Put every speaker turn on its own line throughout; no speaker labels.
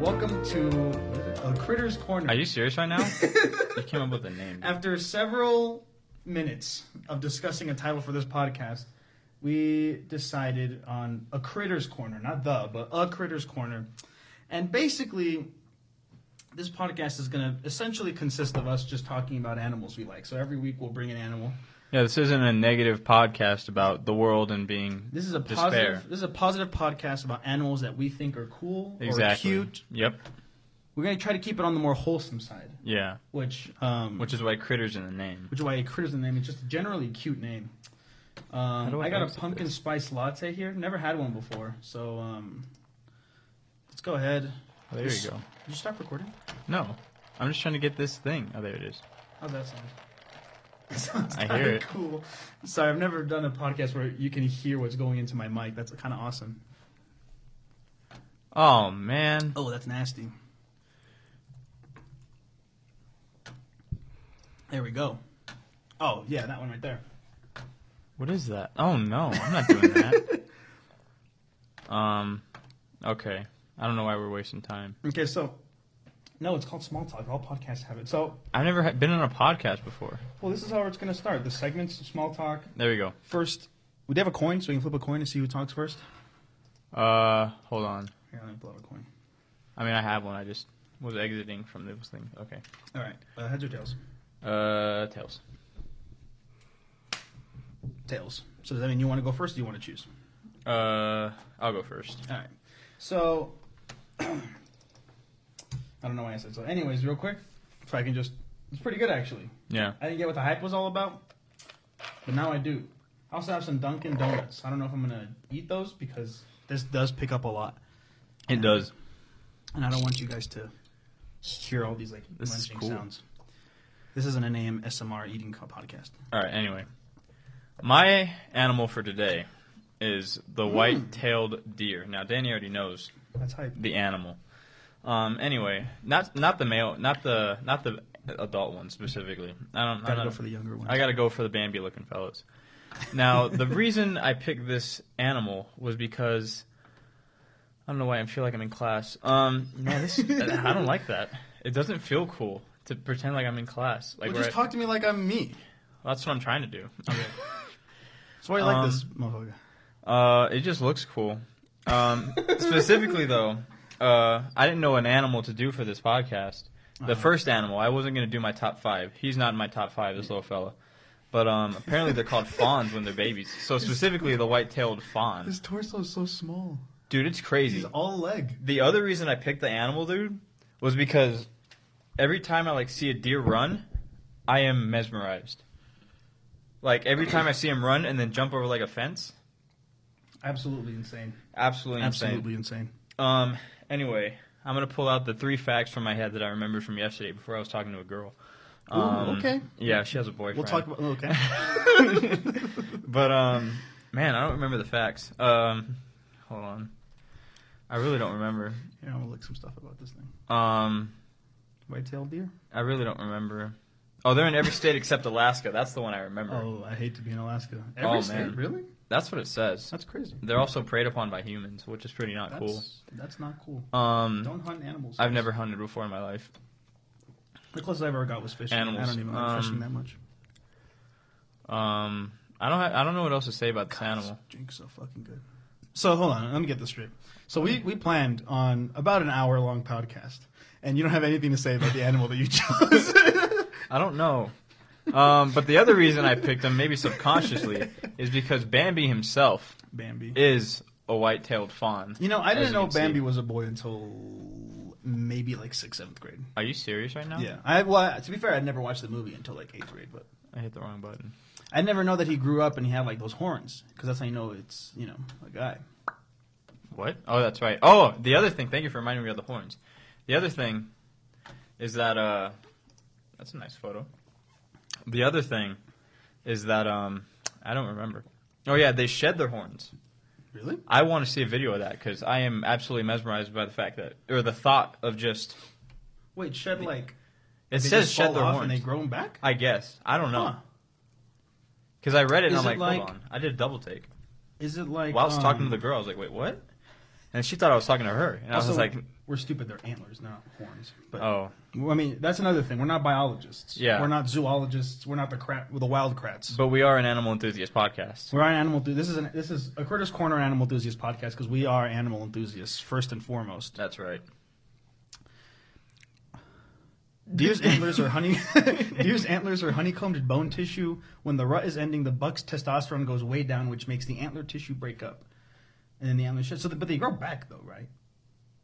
Welcome to what is it? a Critter's Corner.
Are you serious right now? you came up with a name.
After several minutes of discussing a title for this podcast, we decided on a Critter's Corner, not the, but a Critter's Corner. And basically, this podcast is going to essentially consist of us just talking about animals we like. So every week we'll bring an animal.
Yeah, this isn't a negative podcast about the world and being.
This is a
Despair.
positive. This is a positive podcast about animals that we think are cool
Exactly.
or cute.
Yep.
We're going to try to keep it on the more wholesome side,
Yeah.
which um,
Which is why critters in the name.
which is why a critter's the name. It's just a generally cute name. Um,
do I
I got a
exit
pumpkin spice latte here. Never had one before, so um, let's go ahead.
Oh, There you go.
Did you stop recording?
No, I'm just trying to get this thing. Oh, there it is.
How's that sound? It sounds
I hear
kinda
it.
Cool. Sorry, I've never done a podcast where you can hear what's going into my mic. That's kind of awesome.
Oh man.
Oh, that's nasty. There we go. Oh yeah, that one right there.
What is that? Oh no, I'm not doing that. um. Okay. I don't know why we're wasting time.
Okay, so no, it's called small talk. All podcasts have it. So
I've never ha- been on a podcast before.
Well, this is how it's going to start. The segments, small talk.
There we go.
First, we do have a coin, so we can flip a coin and see who talks first.
Uh, hold on.
Here, let me blow out a coin.
I mean, I have one. I just was exiting from this thing. Okay.
All right, uh, heads or tails?
Uh, tails.
Tails. So does that mean you want to go first? Or you want to choose?
Uh, I'll go first.
All right. So I don't know why I said so. Anyways, real quick, if I can just, it's pretty good actually.
Yeah.
I didn't get what the hype was all about, but now I do. I also have some Dunkin' Donuts. I don't know if I'm gonna eat those because this does pick up a lot,
It does.
and I don't want you guys to hear all these like
This is
munching
cool.
sounds. This isn't an AM SMR eating co- podcast.
All right. Anyway, my animal for today is the white-tailed deer. Now, Danny already knows
That's hype.
the animal. Um. Anyway, not not the male, not the not the adult one specifically. I don't.
Gotta
I'm
go
not,
for the younger one.
I gotta go for the Bambi-looking fellows. Now, the reason I picked this animal was because I don't know why I feel like I'm in class. Um, no, this I don't like that. It doesn't feel cool to pretend like I'm in class. Like
well, just
we're-
talk to me like I'm me.
that's what I'm trying to do.
That's why I like
Um,
this motherfucker.
Uh, it just looks cool. Um, specifically though, uh, I didn't know an animal to do for this podcast. The
Uh-huh.
first animal, I wasn't gonna do my top five. He's not in my top five. This little fella. But um, apparently they're called fawns when they're babies. So specifically the white-tailed fawn.
His torso is so small.
Dude, it's crazy.
He's all leg.
the other reason I picked the animal, dude, was because every time I like see a deer run, I am mesmerized. Like every time I see him run and then jump over like a fence,
Absolutely insane.
absolutely insane.
Absolutely insane.
Um. Anyway, I'm gonna pull out the three facts from my head that I remembered from yesterday before I was talking to a girl. Um,
Ooh, okay.
Yeah, she has a boyfriend.
We'll talk about okay.
But um, man, I don't remember the facts. Um, hold on. I really don't remember.
Here, I'm gonna look some stuff about this thing.
Um,
White-tailed deer.
I really don't remember. Oh, they're in every state except Alaska. That's the one I remember.
Oh, I hate to be in Alaska.
Every Oh, state? man.
really?
That's what it says.
That's crazy.
They're also preyed upon by humans, which is pretty not
That's, That's not cool.
cool. Um,
Don't hunt animals.
I've never hunted before in my life.
The closest I ever got was fishing.
Animals.
I don't even like fishing
Um,
that much.
Um, I don't. Ha- I don't know what else to say about this animal.
Drink's so fucking good. So hold on, let me get this straight. So we, we planned on about an hour long podcast, and you don't have anything to say about the animal that you chose.
I don't know. Um, but the other reason I picked him, maybe subconsciously, is because Bambi himself
Bambi.
is a white-tailed fawn.
you know, I
As
didn't
you
know
can see.
Bambi was a boy until maybe like sixth, seventh grade.
Are you serious right now?
Yeah, I well, I- to be fair, I'd never watched the movie until like eighth grade, but
I hit the wrong button.
I never know that he grew up and he had like those horns because that's how you know it's you know a guy.
What? Oh, that's right. Oh, the other thing. Thank you for reminding me of the horns. The other thing is that uh, that's a nice photo. The other thing is that um, I don't remember. Oh yeah, they shed their horns.
Really?
I want to see a video of that because I am absolutely mesmerized by the fact that, or the thought of just.
Wait, shed like
It
they
says
just
shed
fall
their
off
horns.
and they grow 'em back.
I guess I don't know
Huh.
because I read it and
Is
I'm
it
like,
like-
hold on. I did a double take
Is it like
while I was talking
um,
to the girl. I was like, wait, what? And she thought I was talking to her, and I was
Also-
like,
We're stupid. They're antlers, not horns. But
Oh,
well, I mean, that's another thing. We're not biologists.
Yeah.
We're not zoologists. We're not the crap. The wild crats.
but we are an animal enthusiast podcast.
We're an animal. Th- this is an, this is a Critters Corner Animal Enthusiast podcast because we are animal enthusiasts first and foremost.
That's right.
Deer's antlers are honey. deer's antlers are honeycombed bone tissue. When the rut is ending, the buck's testosterone goes way down, which makes the antler tissue break up, and then the antler shed. So, the, but they grow back though, right?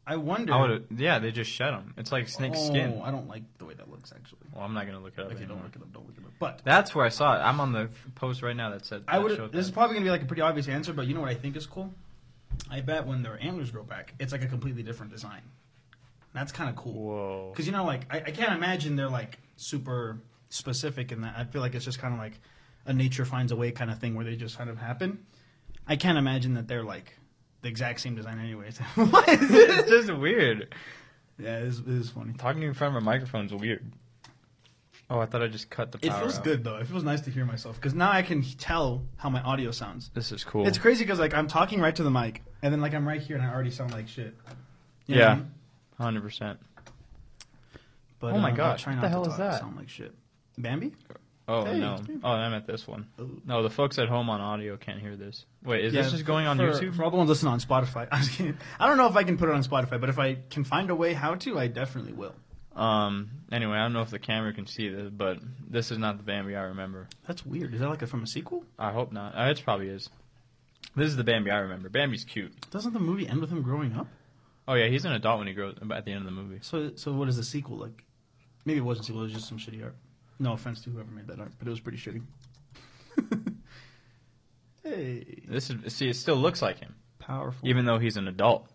I wonder.
I would. Yeah, they just shed them. It's like snake
oh,
skin.
I don't like the way that looks actually.
Well, I'm not gonna look it up
Okay, don't
anymore.
look it up. Don't look it up. But
That's where I saw it. I'm on the f- post right now that said.
I
that
would.
showed
This is
that.
probably gonna be like a pretty obvious answer, but you know what I think is cool? I bet when their antlers grow back, it's like a completely different design. That's kind of cool.
Whoa.
Because you know, like I, I can't imagine they're like super specific in that. I feel like it's just kind of like a nature finds a way kind of thing where they just kind of happen. I can't imagine that they're like the exact same design, anyways. what is
it's
this?
just weird.
Yeah, it is, it is funny.
Talking in front of a microphone's weird. Oh, I thought I just cut the
It
power.
feels
out.
good though. It feels nice to hear myself because now I can tell how my audio sounds.
This is cool.
It's crazy because like I'm talking right to the mic, and then like I'm right here, and I already sound like shit. You know what I
yeah,
mean?
hundred percent.
But,
Oh
um,
my
I'll
gosh,
try
what
not
the
to
hell is
talk,
that?
Sound like shit. Bambi?
Oh
Hey,
no!
it's me.
Oh, I meant this one.
Oh.
No, the folks at home on audio can't hear this. Wait, is
Yeah,
this just
for-
going on
for-
YouTube?
For all the ones listening on Spotify, I, was kidding. I don't know if I can put it on Spotify, but if I can find a way how to, I definitely will.
Um. Anyway, I don't know if the camera can see this, but this is not the Bambi I remember.
That's weird. Is that like a, from a sequel?
I hope not. Uh, it probably is. This is the Bambi I remember. Bambi's cute.
Doesn't the movie end with him growing up?
Oh yeah, he's an adult when he grows at the end of the movie.
So, so what is the sequel like? Maybe it wasn't a sequel. It was just some shitty art. No offense to whoever made that art, but it was pretty shitty. hey,
This is see, it still looks like him,
powerful.
even though he's an adult.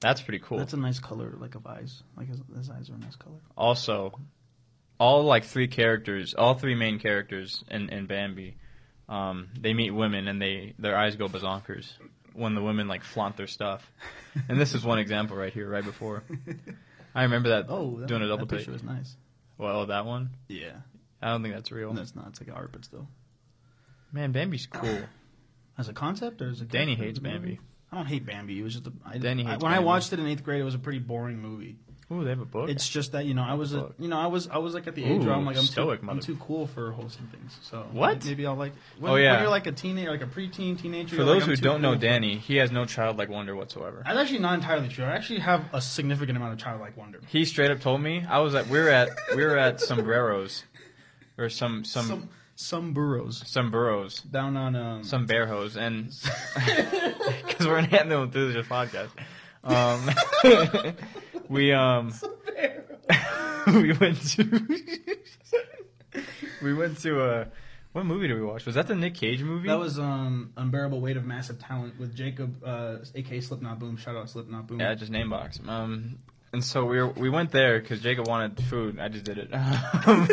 That's pretty cool.
That's a nice color, like of eyes. Like his, his eyes are a nice color.
also, all like three characters, all three main characters in, in Bambi, um, they meet women and they their eyes go bazonkers when the women like flaunt their stuff. And this is one example right here, right before. I remember that
Oh, that,
doing a double
that
take.
picture was nice.
Well, that one,
Yeah,
I don't think that's real.
no, it's not. It's like art, but still.
Man, Bambi's cool.
As a concept, or as a
Danny
character
hates
in the movie?
Bambi.
I don't hate Bambi. It was just a, I,
Danny
I-
hates
when I
Bambi.
watched it in eighth grade, it was a pretty boring movie.
Ooh, they have a book.
It's just that you know I was a,
Fuck.
you know I was I was like at the age where I'm
Ooh,
like I'm
stoic
too, I'm
mother-
too cool for wholesome things. So
What?
Maybe I'll like. When,
Oh, yeah.
When you're like a teenager, like a preteen teenager.
For
you're
those
like, I'm
who
too
don't know
cool for-
Danny, he has no childlike wonder whatsoever.
that's actually not entirely true. I actually have a significant amount of childlike wonder.
He straight up told me I was at we were at we were at sombreros, or some some some,
Some some burrows
burros.
down on um.
some bear hose and because we're an animal enthusiast podcast um, we um we went to we went to uh what movie did we watch was that the nick cage movie
that was um unbearable weight of massive talent with Jacob, uh, aka Slipknot Boom. Shout out Slipknot Boom.
yeah just name box um and so we were, we went there because jacob wanted food i just did it um,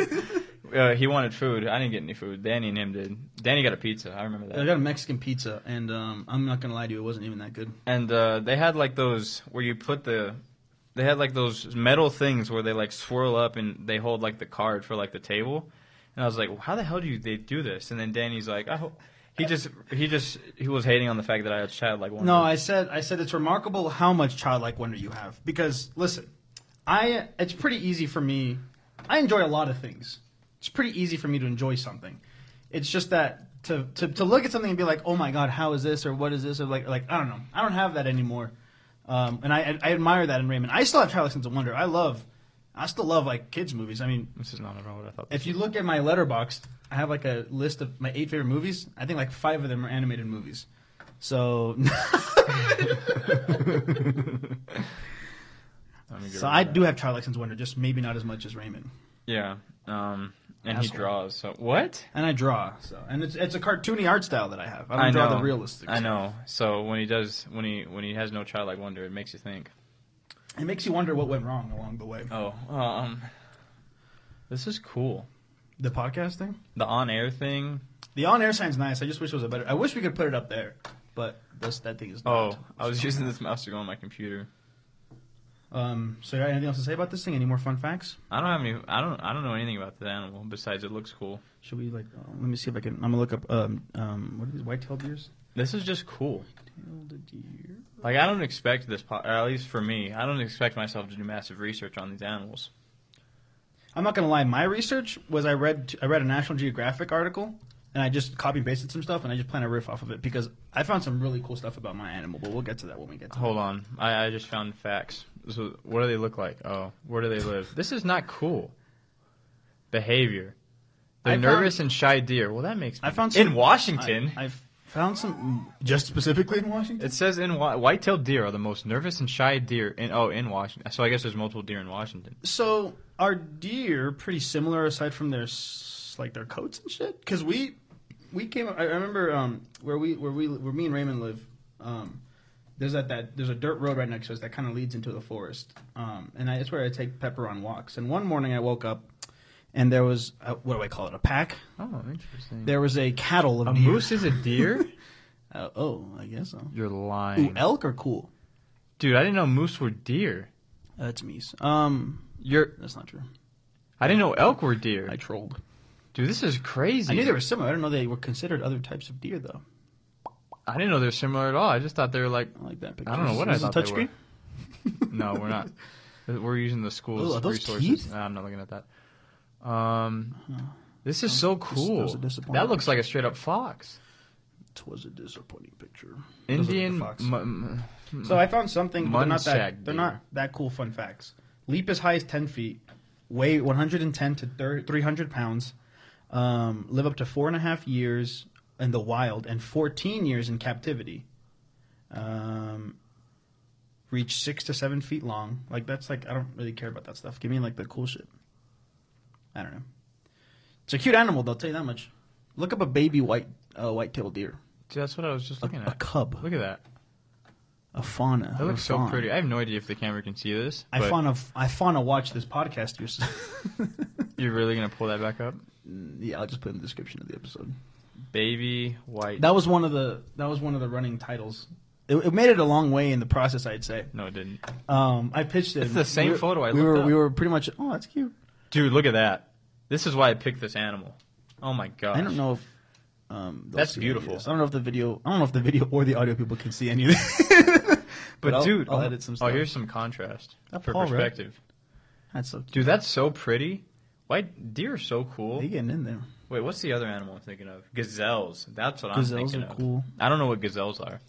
uh, he wanted food i didn't get any food danny and him did danny got a pizza i remember that
I got a Mexican pizza, and um, I'm not gonna lie to you, it wasn't even that good.
and uh, they had like those where you put the they had like those metal things where they like swirl up and they hold like the card for like the table and i was like how the hell do you they do this and then danny's like i hope he just he just he was hating on the fact that i had chatted like one
No, I said I said it's remarkable how much childlike wonder you have. Because listen, I it's pretty easy for me. I enjoy a lot of things. It's pretty easy for me to enjoy something. It's just that to to, to look at something and be like, oh my god, how is this or what is this or like like I don't know. I don't have that anymore. Um, and I I admire that in Raymond. I still have childlike sense of wonder. I love. I still love like kids movies. I mean,
this is not at all what i thought
if you look at my letterbox, I have like a list of my eight favorite movies. I think like five of them are animated movies. So,
Let me get
so
rid
I
of that.
do have childlike sense of wonder, just maybe not as much as Raymond.
yeah um and he
Asshole.
draws so what
And I draw, so and it's it's a cartoony art style that I have. I don't draw the realistic.
i
stuff.
know so when he does when he when he has no childlike wonder it makes you think
It makes you wonder what went wrong along the way.
oh um this is cool
The podcast thing,
the on-air thing
the on-air sign's nice. I just wish it was a better. I wish we could put it up there, but this that thing is.
Oh,
Not.
I was using this mouse to go on my computer.
Um. So you got anything else to say about this thing? Any more fun facts?
I don't have any. I don't. I don't know anything about the animal besides it looks cool.
Should we like? Uh, let me see if I can. I'm gonna look up. Um. Um. What are these white-tailed deers?
This is just cool.
Tailed deer.
Like I don't expect this, po- or at least for me, I don't expect myself to do massive research on these animals.
I'm not gonna lie. My research was I read I read a National Geographic article, and I just copy and pasted some stuff, and I just planned a riff off of it because I found some really cool stuff about my animal. But we'll get to that when we get to.
Hold on, I, I just found facts. So what do they look like? Oh, where do they live? this is not cool. Behavior. They're
I found-
nervous and shy deer. Well, that makes.
I
me-
found
in
some-
Washington.
I, I found some just specifically in Washington.
It says in Wa- white-tailed deer are the most nervous and shy deer in oh in Washington. So I guess there's multiple deer in Washington.
So are deer pretty similar aside from their s- like their coats and shit? Because we we came. I I remember um, where we where we where me and Raymond live. Um, there's that, that there's a dirt road right next to us that kind of leads into the forest. Um, and I, that's where I take Pepper on walks. And one morning I woke up, and there was a, what do I call it? A pack.
Oh, interesting.
There was a cattle of
a
deer.
moose is a deer?
Uh, oh, I guess so.
You're
Ooh,
lying,
elk are cool.
dude. I didn't know moose were deer.
That's meese. Um,
You're
that's not true.
I didn't know elk were deer.
I trolled.
Dude, this is crazy.
I knew they were similar. I don't know they were considered other types of deer though.
I didn't know they're similar at all. I just thought they were like,
I like that picture.
I don't know what I
Is this
thought
a
they were.
touchscreen.
no, we're not. We're using the school's
Ooh, Oh, are those
resources.
teeth? Uh-huh.
Nah, I'm not looking at that. Um, this is so cool.
those are disappointing.
that looks like a straight up fox.
It was a disappointing picture.
Indian.
fox.
mu- mu-
So I found something. But they're not
Munchak
that. They're
deer.
not that cool. Fun facts: leap as high as ten feet, weigh 110 to thir- 300 pounds, um, live up to four and a half years in the wild and 14 years in captivity. Um, reach six to seven feet long. Like that's like I don't really care about that stuff. Give me like the cool shit. I don't know. It's a cute animal. They'll tell you that much. Look up a baby white uh, white-tailed deer.
Dude, that's what I was just
A,
looking
a
at.
cub.
Look at that.
a fauna.
That
or
looks so
fawn.
pretty. I have no idea if the camera can see this.
I
but
fauna. I fauna watch this podcast. yours-
You're really gonna pull that back up,
yeah, I'll just put in the description of the episode.
baby white.
That was one of the. That was one of the running titles. It, it made it a long way in the process, I'd say.
no, it didn't.
Um, I pitched it.
It's the same
We were-
photo I
we
looked
were.
up.
We were pretty much. Oh, that's cute.
Dude, look at that. This is why I picked this animal. Oh my gosh.
I don't know if. Um, they'll
That's
see any of
beautiful.
this. I don't know if the video. I don't know if the video or the audio people can see any of this.
But,
I'll-
dude,
I'll
oh,
edit some
Oh,
stuff.
here's some contrast
That
for
Paul Rudd.
perspective.
That's so cute.
Dude, that's so pretty. Why deer are so cool?
They getting in there.
Wait, what's the other animal I'm thinking of? Gazelles. That's what I'm
Gazelles
thinking
are
of.
cool.
I don't know what gazelles are.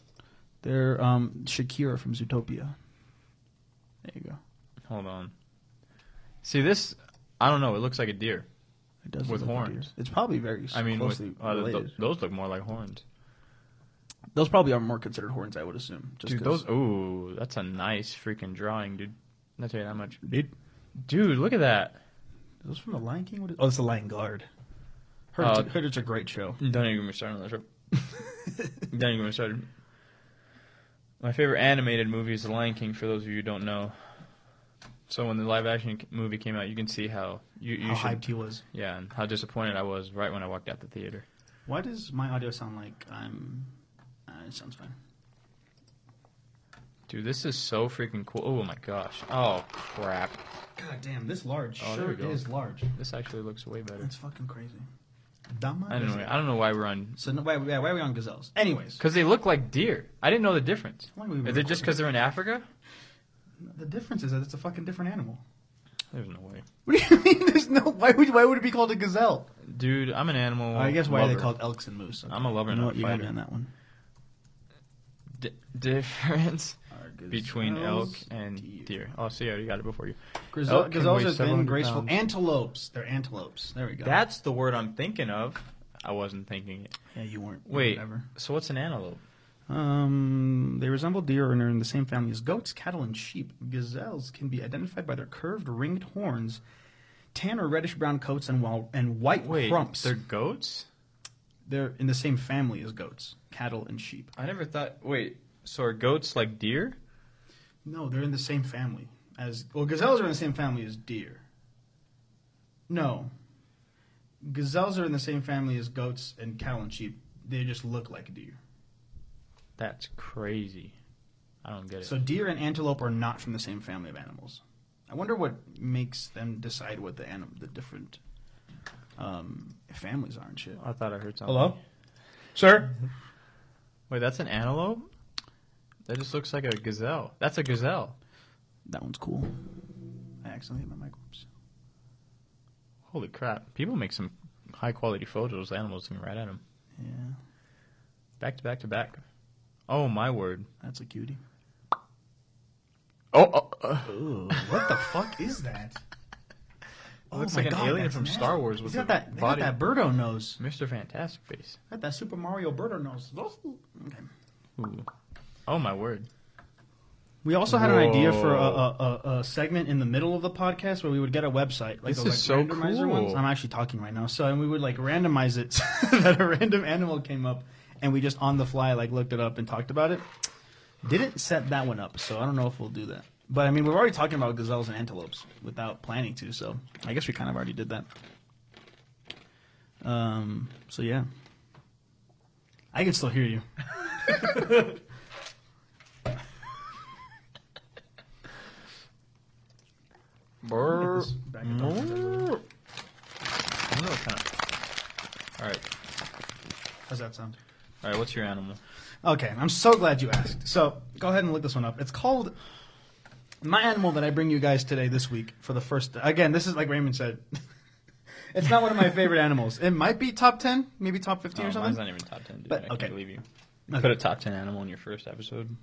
They're um, Shakira from Zootopia. There you go.
Hold on. See this? I don't know. It looks like a deer.
It does
With
look like a deer.
horns.
It's probably very
I mean, with,
closely
uh, th-
related.
those look more like horns.
Those probably are more considered horns, I would assume. Just
Dude,
'cause-
those. Ooh, that's a nice freaking drawing, dude. I'll tell you that much.
Dude,
Dude, look at that.
those from the Lion King. What is, oh, it's the Lion Guard. Heard,
Oh.
it's, heard it's a great show.
Don't even get me started on that. Don't even get me started. My favorite animated movie is The Lion King. For those of you who don't know, so when the live action c- movie came out, you can see how you, you
How
should,
hyped he was.
yeah, and how disappointed I was right when I walked out the theater.
Why does my audio sound like I'm? Uh, it sounds fine.
Dude, this is so freaking cool! Oh my gosh! Oh crap!
God damn, this large
Oh, there
sure
we go.
is large.
This actually looks way better.
That's fucking crazy. Dumb.
I don't know. I don't know why we're on
So no, why, why, why are we on gazelles? Anyways,
because they look like deer. I didn't know the difference.
Why we were
Is it just
recording.
because they're in Africa?
the difference is that it's a fucking different animal.
There's no way,
What do you mean? There's no. Why would why would it be called a gazelle?
dude. I'm an animal.
I guess why are
lover.
they called elks and moose?
I'm a lover,
You know
not
what?
a
You got
fighter.
me on that one.
D- difference. between elk
Gazelles,
and deer. Oh, see, I already got it before you.
Grizel,
Elk can
gazelles
weigh
are thin,
700
graceful.
pounds.
Antelopes. They're antelopes. There we go.
That's the word I'm thinking of. I wasn't thinking it.
yeah, you weren't.
Wait,
Whatever.
so what's an antelope?
Um, they resemble deer and are in the same family as goats, cattle, and sheep. Gazelles can be identified by their curved, ringed horns, tan or reddish brown coats, and, wild, and white
Wait,
crumps.
they're
They're,
goats?
in the same family as goats, cattle, and sheep.
I never thought. Wait, so are goats like deer?
No, they're in the same family as. Well, gazelles are in the same family as deer. No. Gazelles are in the same family as goats and cattle and sheep. They just look like deer.
That's crazy. I don't get it.
So deer and antelope are not from the same family of animals. I wonder what makes them decide what the anim- the different um, families are and shit.
I thought I heard something.
Hello, sir.
Wait, that's an antelope? That just looks like a gazelle. That's a gazelle.
That one's cool. I accidentally hit my mic. Oops.
Holy crap. People make some high quality photos of animals looking right at them.
Yeah,
Back to back to back. Oh, my word.
that's a cutie.
Oh, oh, uh,
Ooh, what the fuck is that? Oh
looks like an alien
that's
from Star Wars
He's
with
got
a
that, they
body.
got that Birdo nose.
Mr. Fantastic Face.
They got that Super Mario Birdo nose. Okay.
Ooh. Oh, my word.
We also had an idea for a,
Whoa.
a, a, a segment in the middle of the podcast where we would get a website, like
This
those
is so
like randomizer ones.
cool.
I'm actually talking right now, so and we would like randomize it so that a random animal came up, and we just on the fly like looked it up and talked about it. Didn't set that one up, so I don't know if we'll do that. But I mean, we're already talking about gazelles and antelopes without planning to, so I guess we kind of already did that. Um. So yeah, I can still hear you.
Brrr.
this back at the-
Brrr. I don't know what kind of. Mm-hmm. All right.
How's that sound?
All right, what's your animal?
Okay, I'm so glad you asked. So go ahead and look this one up. It's called my animal that I bring you guys today this week for the first. Again, this is like Raymond said. it's not one of my favorite animals. It might be top ten, maybe top fifteen or
Oh,
something.
mine's not even top 10, dude.
But-
I can't
okay.
believe you.
Okay.
Put a top 10 animal in your first episode.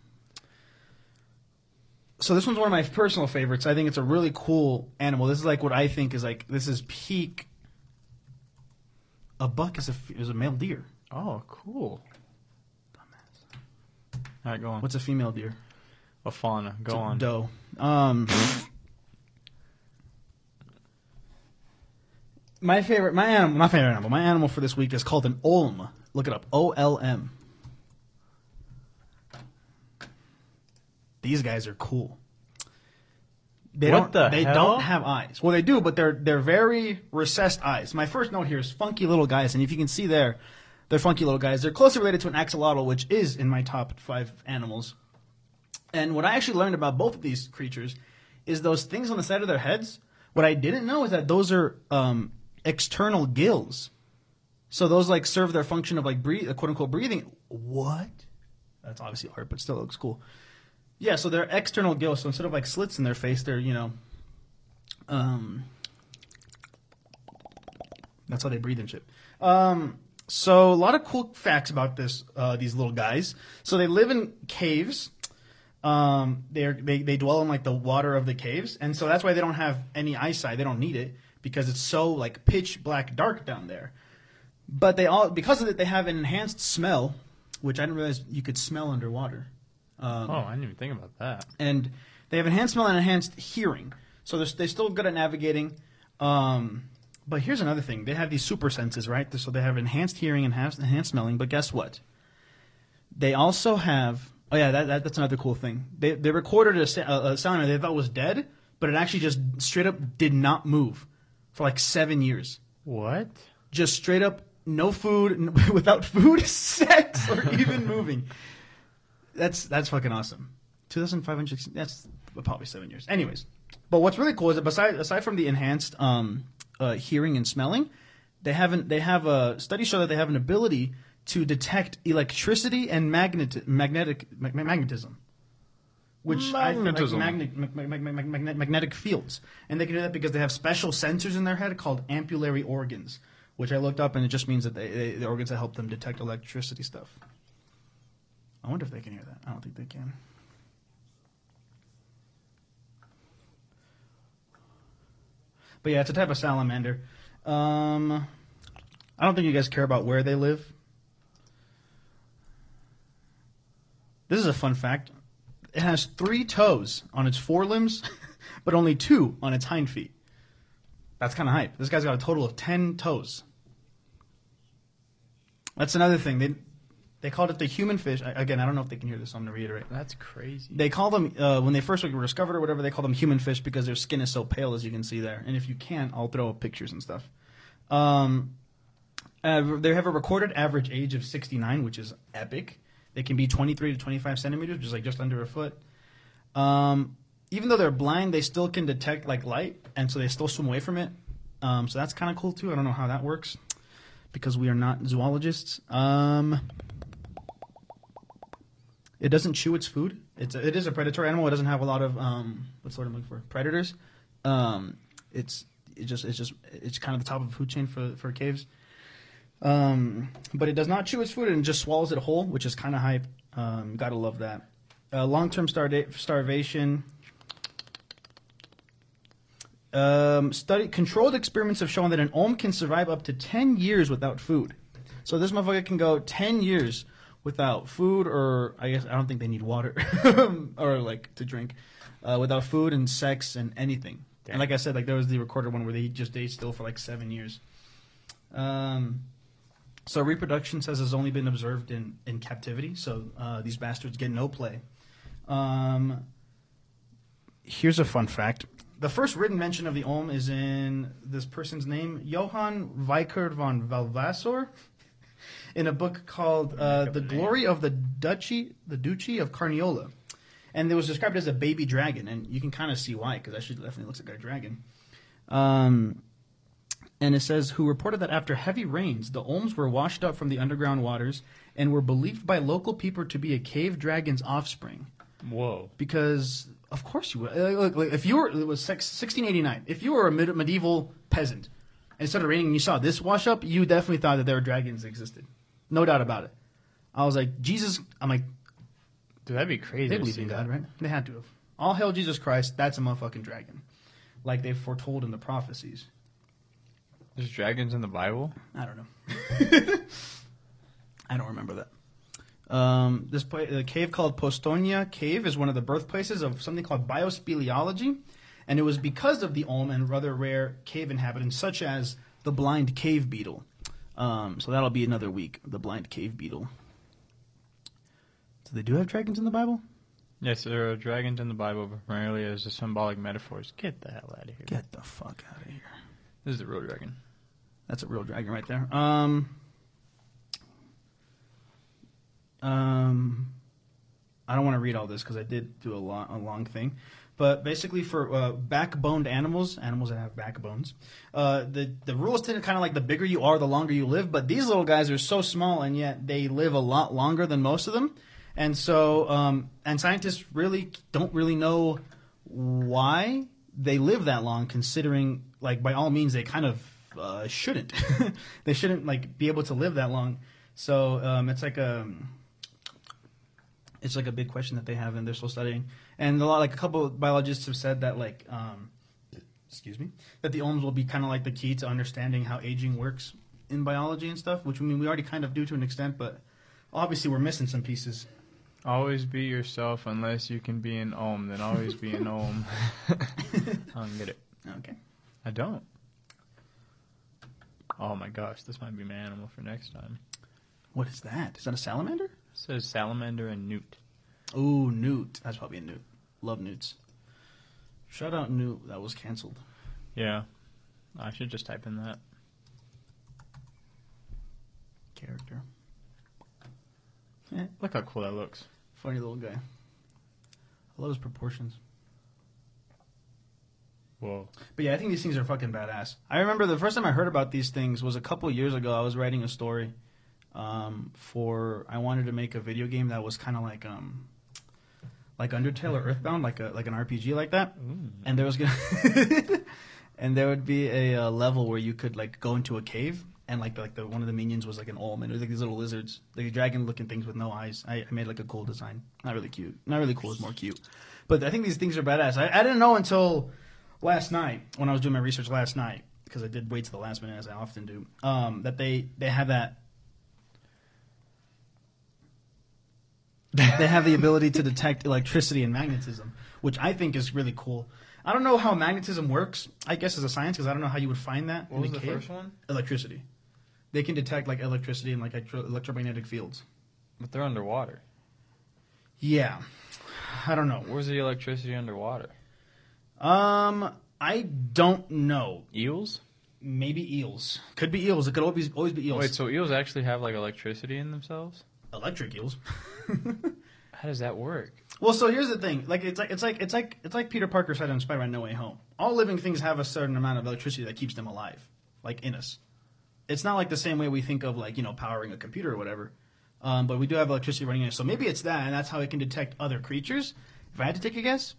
so this one's one of my personal favorites. I think it's a really cool animal. This is like what I think is like this is peak. A buck is a f- is a male deer.
Oh, cool. All right, go on.
What's a female deer?
a fauna? Go
It's a
on.
Doe. Um, my favorite, my animal, my favorite animal, my animal for this week is called an olm. Look it up. O L M. These guys are cool. They don't.
What the
they
hell?
don't have eyes. Well, they do, but they're they're very recessed eyes. My first note here is funky little guys, and if you can see there, they're funky little guys. They're closely related to an axolotl, which is in my top five animals. And what I actually learned about both of these creatures is those things on the side of their heads. What I didn't know is that those are um, external gills. So those like serve their function of like breathe, quote unquote breathing. What? That's obviously art, but still looks cool. Yeah, so they're external gills. So instead of like slits in their face, they're you know, um, that's how they breathe and shit. Um, so a lot of cool facts about this uh, these little guys. So they live in caves. Um, they're, they they dwell in like the water of the caves, and so that's why they don't have any eyesight. They don't need it because it's so like pitch black dark down there. But they all because of it, they have an enhanced smell, which I didn't realize you could smell underwater. Um,
Oh, I didn't even think about that.
and they have enhanced smell and enhanced hearing. So they're, they're still good at navigating. Um, but here's another thing: they have these super senses, right? So they have enhanced hearing and enhanced, enhanced smelling. But guess what? They also have. Oh yeah, that, that, that's another cool thing. They they recorded a, sa- a, a salamander they thought was dead, but it actually just straight up did not move for like seven years
What?
just straight up no food n- without food sex or even moving that's that's fucking awesome 2500 that's probably seven years anyways but what's really cool is that beside, aside from the enhanced um, uh, hearing and smelling they haven't they have a studies show that they have an ability to detect electricity and magnet magnetic mag- magnetism which
Magnetism.
I, like, magnet, mag- mag- mag- mag- magnet- magnetic fields, and they can do that because they have special sensors in their head called ampullary organs, which I looked up, and it just means that they, they the organs that help them detect electricity stuff. I wonder if they can hear that. I don't think they can. But yeah, it's a type of salamander. Um, I don't think you guys care about where they live. This is a fun fact. It has three toes on its forelimbs, but only two on its hind feet. That's kind of hype. This guy's got a total of ten toes. That's another thing. They they called it the human fish. I, again, I don't know if they can hear this. so I'm gonna reiterate.
That's crazy.
They call them uh, when they first were discovered or whatever. They call them human fish because their skin is so pale, as you can see there. And if you can, I'll throw up pictures and stuff. Um, uh, they have a recorded average age of 69, which is epic. They can be 23 to 25 centimeters, which is like just under a foot. Um, even though they're blind, they still can detect like light, and so they still swim away from it. Um, so that's kind of cool too. I don't know how that works because we are not zoologists. Um, It doesn't chew its food. It's a, it is a predatory animal. It doesn't have a lot of um, what's the word I'm looking for? Predators. Um, it's it just it's just it's kind of the top of the food chain for for caves. Um, but it does not chew its food and just swallows it whole, which is kind of hype. Um, gotta love that. Uh, Long term starda- starvation. Um, study controlled experiments have shown that an ohm can survive up to ten years without food. So this motherfucker can go ten years without food, or I guess I don't think they need water or like to drink, uh, without food and sex and anything.
Damn.
And like I said, like there was the recorded one where they just stayed still for like seven years. Um, so reproduction says has only been observed in, in captivity. So uh, these bastards get no play. Um, here's a fun fact. The first written mention of the Ohm is in this person's name, Johann Weichert von Valvasor, in a book called uh,
Make up
The
a name.
Glory of the Duchy, the Duchy of Carniola. And it was described as a baby dragon, and you can kind of see why, because that shit definitely looks like a dragon. Um, and it says, who reported that after heavy rains, the olms were washed up from the underground waters and were believed by local people to be a cave dragon's offspring.
Whoa.
Because, of course, you would. Uh, Look, look, if you were, it was six- 1689, if you were a mid- medieval peasant and it started raining and you saw this wash up, you definitely thought that there were dragons that existed. No doubt about it. I was like, Jesus, I'm like,
Dude, that'd be crazy.
they
to
believed
see
in
that.
God, right? They had to have. All hail Jesus Christ, that's a motherfucking dragon. Like they foretold in the prophecies.
There's dragons in the Bible.
I don't know. I don't remember that. Um, this pla the cave called Postonia Cave, is one of the birthplaces of something called biospeleology, and it was because of the Ulm and rather rare cave inhabitants, such as the blind cave beetle. Um, so that'll be another week. The blind cave beetle. So they do have dragons in the Bible.
Yes, there are dragons in the Bible, but primarily as a symbolic metaphors. Get the hell out of here.
Get the fuck out of here.
This is the real dragon.
That's a real dragon right there. Um, um, I don't want to read all this because I did do a long, a long thing. But basically, for uh, backboned animals, animals that have backbones, uh, the the rules tend to kind of like the bigger you are, the longer you live. But these little guys are so small, and yet they live a lot longer than most of them. And so, um, and scientists really don't really know why they live that long, considering like by all means they kind of uh, shouldn't. they shouldn't like be able to live that long. So um, it's like a it's like a big question that they have and they're still studying. And a lot like a couple of biologists have said that like um, excuse me that the ohms will be kind of like the key to understanding how aging works in biology and stuff, which I mean we already kind of do to an extent, but obviously we're missing some pieces.
Always be yourself unless you can be an ohm, then always be an ohm. I don't get it.
Okay.
I don't. Oh my gosh, this might be my animal for next time.
What is that? Is that a salamander?
It says salamander and newt.
Ooh, Newt. That's probably a Newt. Love Newts. Shout out Newt. That was canceled.
Yeah. I should just type in that.
Character.
Look how cool that looks.
Funny little guy. I love his proportions.
Whoa.
But yeah, I think these things are fucking badass. I remember the first time I heard about these things was a couple years ago. I was writing a story um, for I wanted to make a video game that was kind of like um, like Undertale or Earthbound, like a like an RPG like that. and there was gonna and there would be a uh, level where you could like go into a cave and like like the one of the minions was like an olm and it was like these little lizards like dragon looking things with no eyes I, I made like a cool design not really cute not really cool it's more cute but i think these things are badass i, I didn't know until last night when i was doing my research last night because i did wait to the last minute as i often do um, that they they have that they have the ability to detect electricity and magnetism, which I think is really cool. I don't know how magnetism works. I guess as a science, because I don't know how you would find that. in a cave.
one?
Electricity. They can detect like electricity and like electro- electromagnetic fields.
But they're underwater.
Yeah, I don't know.
Where's the electricity underwater?
Um, I don't know.
Eels?
Maybe eels. Could be eels. It could always always be eels.
Wait, so eels actually have like electricity in themselves?
Electric eels.
How does that work?
Well, so here's the thing. Like it's like it's like it's like it's like Peter Parker said in Spider-Man: No Way Home. All living things have a certain amount of electricity that keeps them alive, like in us. It's not like the same way we think of like you know powering a computer or whatever. Um, but we do have electricity running in it, so maybe it's that, and that's how it can detect other creatures. If I had to take a guess,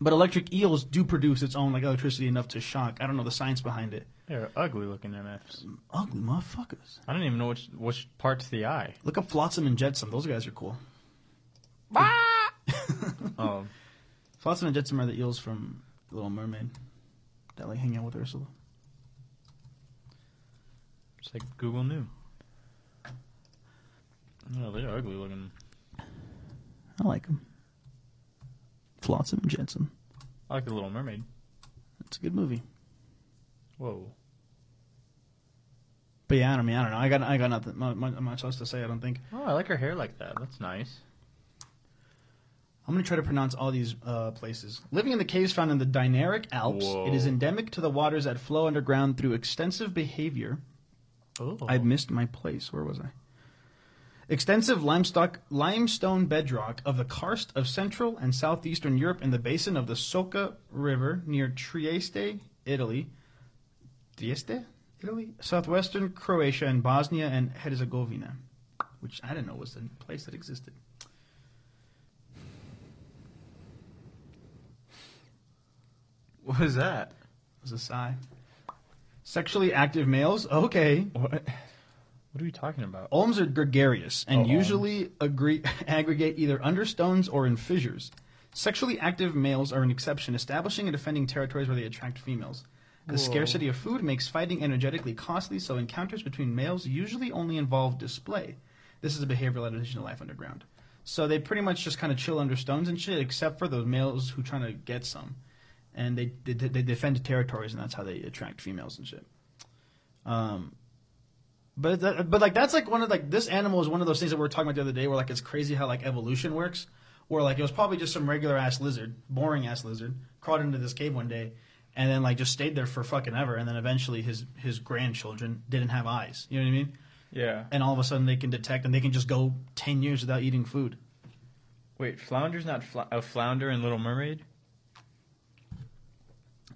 but electric eels do produce its own like electricity enough to shock. I don't know the science behind it.
They're ugly looking MFs.
Ugly motherfuckers.
I don't even know which which part's the eye.
Look up Flotsam and Jetsam. Those guys are cool.
Oh,
Flotsam and Jetsam are the eels from The Little Mermaid that like hang out with Ursula.
it's like Google knew. No, they're ugly looking.
I like them. Flotsam and Jetsam.
I like the Little Mermaid.
It's a good movie.
Whoa.
But yeah, I don't mean I don't know. I got I got nothing mu- mu- much else to say. I don't think
Oh, I like her hair like that. That's nice.
I'm gonna try to pronounce all these uh, places. Living in the caves found in the Dinaric Alps,
Whoa.
it is endemic to the waters that flow underground through extensive behavior.
Oh.
I missed my place. Where was I? Extensive limestock, limestone bedrock of the karst of central and southeastern Europe in the basin of the Soca River near Trieste, Italy. Trieste, Italy? Southwestern Croatia and Bosnia and Herzegovina, which I didn't know was a place that existed.
What was that?
It was a sigh. Sexually active males? Okay.
What? What are you talking about?
Olms are gregarious and
Oh, ulms.
usually agree, aggregate either under stones or in fissures. Sexually active males are an exception, establishing and defending territories where they attract females. The
Whoa.
scarcity of food makes fighting energetically costly, so encounters between males usually only involve display. This is a behavioral adaptation to life underground. So they pretty much just kind of chill under stones and shit, except for those males who trying to get some, and they they, they defend territories, and that's how they attract females and shit. Um, but that, but like that's like one of like this animal is one of those things that we were talking about the other day where like it's crazy how like evolution works. Where like it was probably just some regular ass lizard, boring ass lizard, crawled into this cave one day, and then like just stayed there for fucking ever, and then eventually his his grandchildren didn't have eyes. You know what I mean?
Yeah.
And all of a sudden they can detect, and they can just go ten years without eating food.
Wait, Flounder's not fl- a Flounder in Little Mermaid?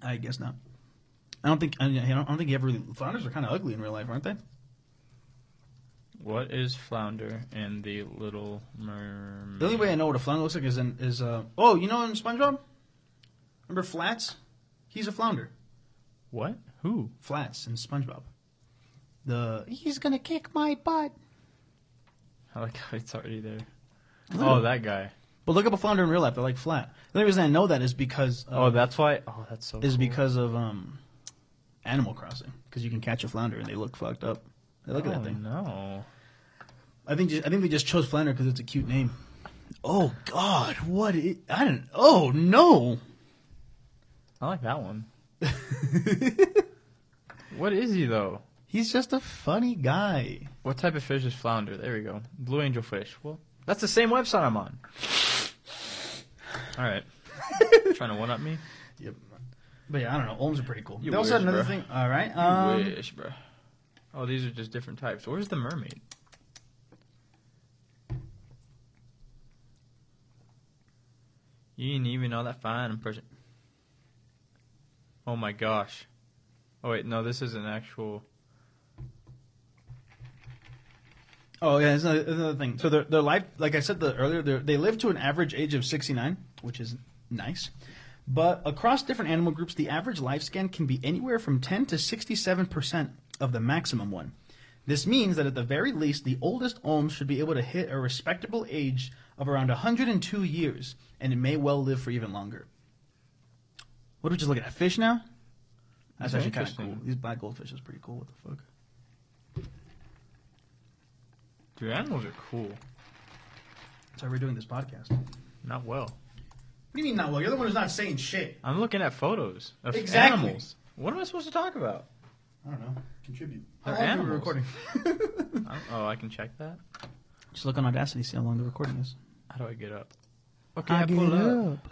I guess not. I don't think I don't, I don't think you ever really, flounders are kind of ugly in real life, aren't they?
What is Flounder in the Little Mermaid?
The only way I know what a flounder looks like is in is uh oh you know in SpongeBob, remember Flats? He's a flounder.
What? Who?
Flats and SpongeBob. The he's gonna kick my butt.
I like how it's already there. Oh, that guy.
But look up a flounder in real life. They're like flat. The only reason I know that is because uh,
Oh, that's why. Oh, that's so.
is
cool.
because of um, Animal Crossing. Because you can catch a flounder and they look fucked up. They look at
Oh,
that thing.
No.
I think ju- I think they just chose flounder because it's a cute name. Oh God, what i I didn't. Oh no.
I like that one. What is he though?
he's just a funny guy.
What type of fish is flounder? There we go. Blue angel fish. Well, that's the same website I'm on. All right. Trying to one up me?
Yep. But yeah, I don't know. Olms are pretty cool.
You
they also had
wish,
another
bruh.
thing. All right. Um,
Wish, bro. Oh, these are just different types. Where's the mermaid? You didn't even know that fine in person. Oh my gosh. Oh wait, no, this is an actual.
Oh yeah, that's another, that's another thing. So their their life, like I said the, earlier, they're- they live to an average age of sixty nine, which is nice. But across different animal groups, the average lifespan can be anywhere from ten to sixty seven percent of the maximum one. This means that at the very least, the oldest olms should be able to hit a respectable age of around 102 years, and it may well live for even longer. What are we just looking at? Fish now? That's,
That's
actually kind of cool.
interesting.
These black goldfish is pretty cool. What the fuck?
Dude, animals are cool.
That's why we're doing this podcast.
Not well.
What do you mean not well? You're the one who's not saying shit.
I'm looking at photos of
Exactly.
animals. What am I supposed to talk about?
I don't know. Contribute.
They're
long have we been
animals.
recording?
I don't- oh, I can check that.
Just look on Audacity, see how long the recording is.
How do I get up? Okay, I, pull up.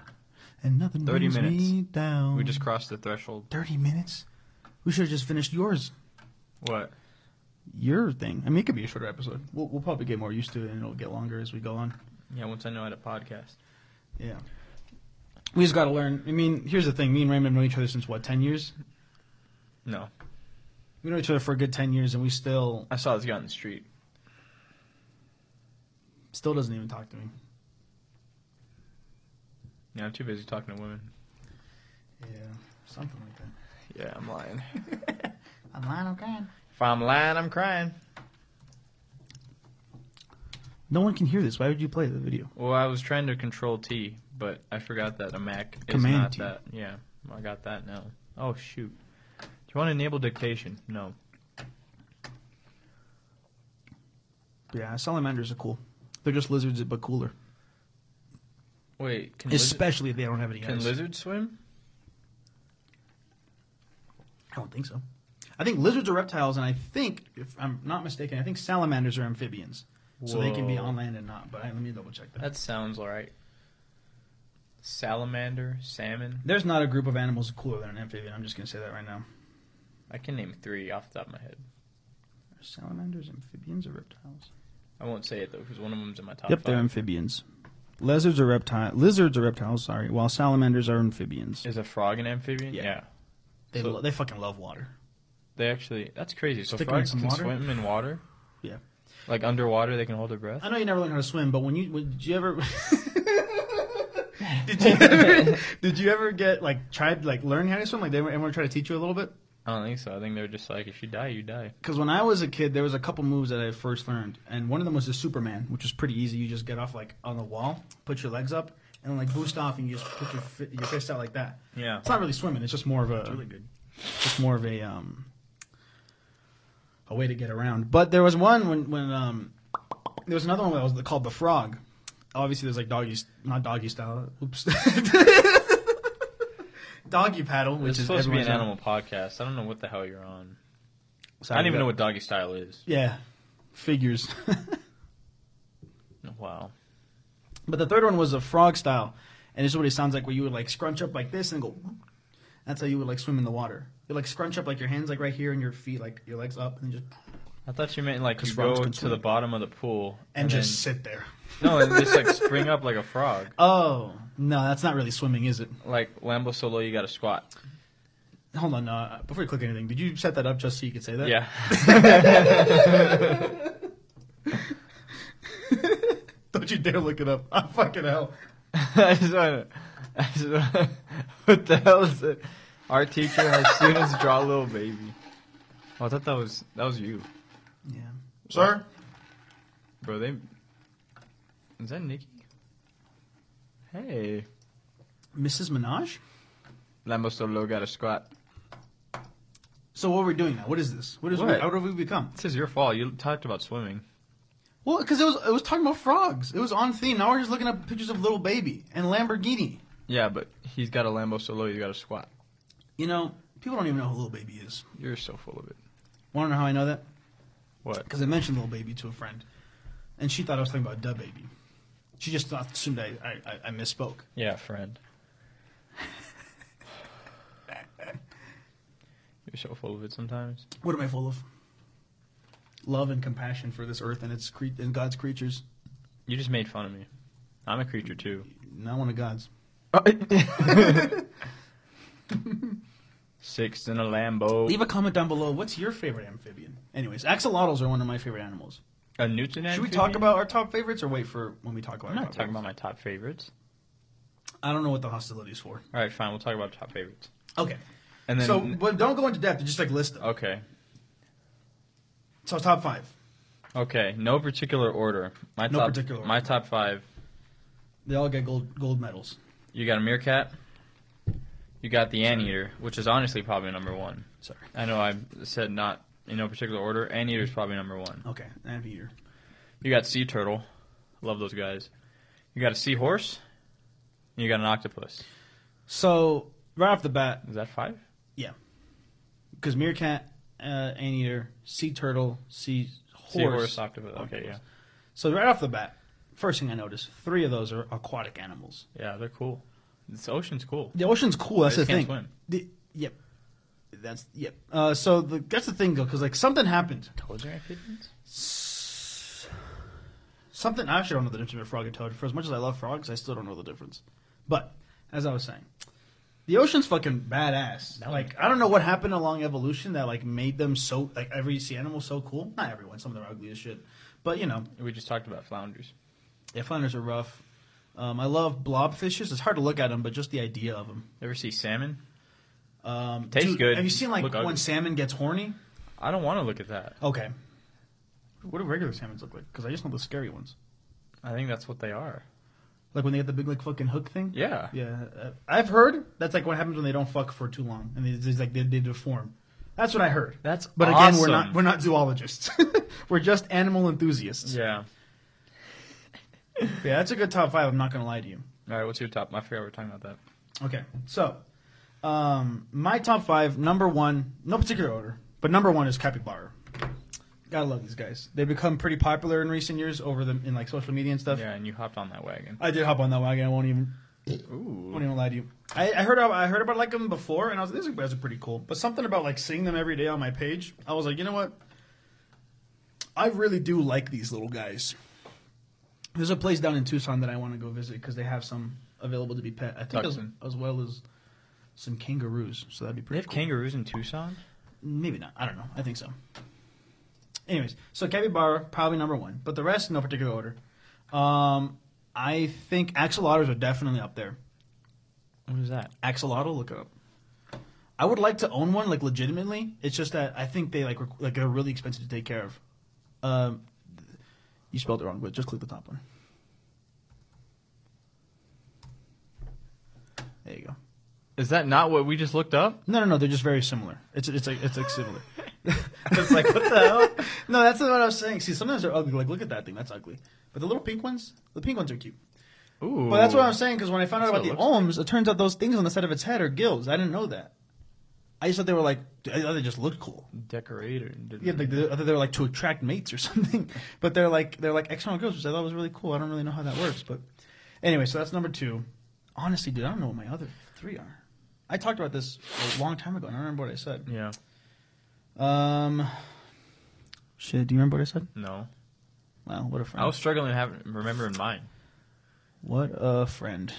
and nothing
30
brings me
minutes.
down.
We just crossed the threshold.
thirty minutes. We should have just finished yours,
What?
your thing. I mean, it could be a shorter episode. We'll, we'll probably get more used to it, and it'll get longer as we go on.
Yeah, once I know how to podcast.
Yeah. We just got to learn. I mean, here's the thing. Me and Raymond know each other since what, ten years?
No,
We know each other for a good ten years, and we still
I saw this guy on the street.
Still doesn't even talk to me.
Yeah, I'm too busy talking to women.
Yeah, something like that.
Yeah, I'm lying.
I'm lying, I'm crying.
if I'm lying, I'm crying.
No one can hear this. Why would you play the video?
Well, I was trying to control T, but I forgot that a Mac is
Command
not
T.
that. Yeah, I got that now. Oh shoot. Do you want to enable dictation? No.
Yeah, salamanders are cool. They're just lizards, but cooler.
Wait, can, lizard,
Especially if they don't have any
can
eyes.
lizards swim?
I don't think so. I think lizards are reptiles, and I think, if I'm not mistaken, I think salamanders are amphibians. So they can be
Whoa.
on land and not. But I, let me double check that.
That sounds alright. Salamander, salmon.
There's not a group of animals cooler than an amphibian. I'm just going to say that right now.
I can name three off the top of my head.
Are salamanders amphibians or reptiles?
I won't say it though, because one of them's in my top
yep,
five.
they're amphibians. Lizards are reptiles. Lizards are reptiles, sorry, while salamanders are amphibians.
Is a frog an amphibian?
Yeah.
yeah.
They,
So-
lo- they fucking love water.
They actually, that's crazy. So
Stick 'em in
frogs
some
can
water?
swim in water?
Yeah.
Like underwater, they can hold their breath?
I know you never learned how to swim, but when you when- did you ever did you ever, did you ever get like tried like learn how to swim? Like they were, everyone tried to teach you a little bit.
I don't think so. I think they're just like, if you die, you die.
Because when I was a kid, there was a couple moves that I first learned, and one of them was the Superman, which was pretty easy. You just get off like on the wall, put your legs up, and then like boost off, and you just put your fi- your fist out like that.
Yeah.
It's not really swimming; it's just more of a
good.
just more of a um a way to get around. But there was one when when um there was another one that was called the frog. Obviously, there's like doggy, not doggy style. Oops, doggy paddle, which
Which is
is
supposed to be an
everyone's- uh,
animal podcast. I don't know what the hell you're on.
Sorry,
I don't even
that-
know what doggy style is.
Yeah, figures.
Wow.
but the third one was a frog style, and this is what it sounds like, where you would like scrunch up like this and go. That's how you would like swim in the water. You like scrunch up like your hands like right here and your feet like your legs up and just
I thought you meant like
'Cause
you go
frogs can
to the
swim.
bottom of the pool
and, just sit there.
then- no, and just like spring up like a frog.
Oh no, that's not really swimming, is it?
Like Lambo Solo, you got to squat.
Hold on, uh, before you click anything, did you set that up just so you could say that?
Yeah.
Don't you dare look it up. Oh, fucking hell.
I just wanna, I just wanna, what the hell is it? Our teacher has students draw a little baby. Oh, I thought that was that was you,
Yeah.
Sir? bro. They is that Nikki? Hey,
Mrs. Minaj?
Lambo Solo got a squat.
So what are we doing now? What is this? What is
What?
what? How have we become?
This is your fault. You talked about swimming.
Well, because it was it was talking about frogs. It was on theme. Now we're just looking up pictures of little baby and Lamborghini.
Yeah, but he's got a Lambo Solo. You got a squat.
You know, people don't even know who little baby is.
You're so full of it.
Want to know how I know that?
What?
Because I mentioned little baby to a friend, and she thought I was talking about da baby. She just thought, assumed I, I, I- I misspoke.
Yeah, friend. You're so full of it sometimes.
What am I full of? Love and compassion for this earth and its cre- and God's creatures.
You just made fun of me. I'm a creature too.
Not one of God's.
Six in a Lambo.
Leave a comment down below. What's your favorite amphibian? Anyways, axolotls are one of my favorite animals.
A Newton.
Should we talk about our top favorites or wait for when we talk about?
I'm
our
not
top
talking
favorites?
about my top favorites.
I don't know what the hostility is for.
All right, fine. We'll talk about top favorites.
Okay.
And then,
so, but don't go into depth. Just like list them.
okay,
So top five.
okay. No particular order. My
No
top,
particular
My
order.
top five.
They all get gold gold medals.
You got a meerkat. You got the anteater, which is honestly probably number one.
Sorry.
I know I said not in no particular order. Anteater is probably number one.
Okay. Amphiater.
You got sea turtle. Love those guys. You got a seahorse. And you got an octopus.
So right off the bat,
Is that five?
because meerkat, uh, anteater, sea turtle, sea horse.
Seahorse, octopus. Okay, yeah.
Octopus. So right off the bat, first thing I noticed, three of those are aquatic animals.
Yeah, they're cool. This ocean's cool.
The ocean's cool. That's
They
the
just can't
thing.
swim.
The, yep. That's yep. Uh, so the, that's the thing though, because like something happened.
Toads are amphibians?
S- Something I actually don't know the difference between a frog and toad. For as much as I love frogs, I still don't know the difference. But as I was saying, the ocean's fucking badass.
That
like I don't know what happened along evolution that like made them so like every sea animal so cool. Not everyone. Some of them are ugly as shit. But you know,
We just talked about flounders.
Yeah, flounders are rough. Um, I love blobfishes. It's hard to look at them, but just the idea of them.
You ever see salmon?
Um,
Tastes good.
Have you seen like
Look
when
ugly.
salmon gets horny?
I don't want to look at that.
Okay. What do regular salmons look like? Because I just know the scary ones.
I think that's what they are.
Like when they get the big like fucking hook thing.
Yeah.
Yeah, uh, I've heard that's like what happens when they don't fuck for too long, and it's just like they, they deform. That's what I heard.
That's
But again, we're not
awesome.
we're not zoologists. we're just animal enthusiasts. Yeah.
Yeah.
that's a good top five. I'm not gonna lie to you.
All right. What's your top? I forgot we were talking about that.
Okay, so um, my top five. Number one, no particular order, but number one is capybara. Gotta love these guys. They've become pretty popular in recent years over the in like social media and stuff.
Yeah, and you hopped on that wagon.
I did hop on that wagon. I won't even I won't
Ooh.
even lie to you. I, I heard I heard about like them before, and I was like, these guys are pretty cool. But something about like seeing them every day on my page, I was like, you know what? I really do like these little guys. There's a place down in Tucson that I want to go visit because they have some available to be pet. I think as,
Tucson.
as well as some kangaroos, so that'd be
They
pretty
have
cool.
kangaroos in Tucson.
Maybe not. I don't know. I think so. Anyways, so capybara probably number one, but the rest no particular order. Um, I think axolotls are definitely up there.
What is that?
Axolotl, look it up. I would like to own one, like legitimately. It's just that I think they like requ- like are really expensive to take care of. Um, you spelled it wrong, but just click the top one. There you go.
Is that not what we just looked up?
No, no, no. They're just very similar. It's it's like it's like similar.
It's like what the hell?
no, that's what I was saying. See, sometimes they're ugly. Like look at that thing. That's ugly. But the little pink ones, the pink ones are cute.
Ooh.
But that's what I'm saying because when I found out
That's
about
what
the
it looks
ohms, it turns out those things on the side of its head are gills. I didn't know that. I just thought they were like I thought they just looked cool.
Decorator.
Yeah, like they, I thought they were like to attract mates or something. But they're like they're like external gills, which I thought was really cool. I don't really know how that works, but anyway, so that's number two. Honestly, dude, I don't know what my other three are. I talked about this a long time ago, and I don't remember what I said.
Yeah.
Um, shit, do you remember what I said?
No.
Wow, what a friend!
I was struggling to have remembering mine.
What a friend!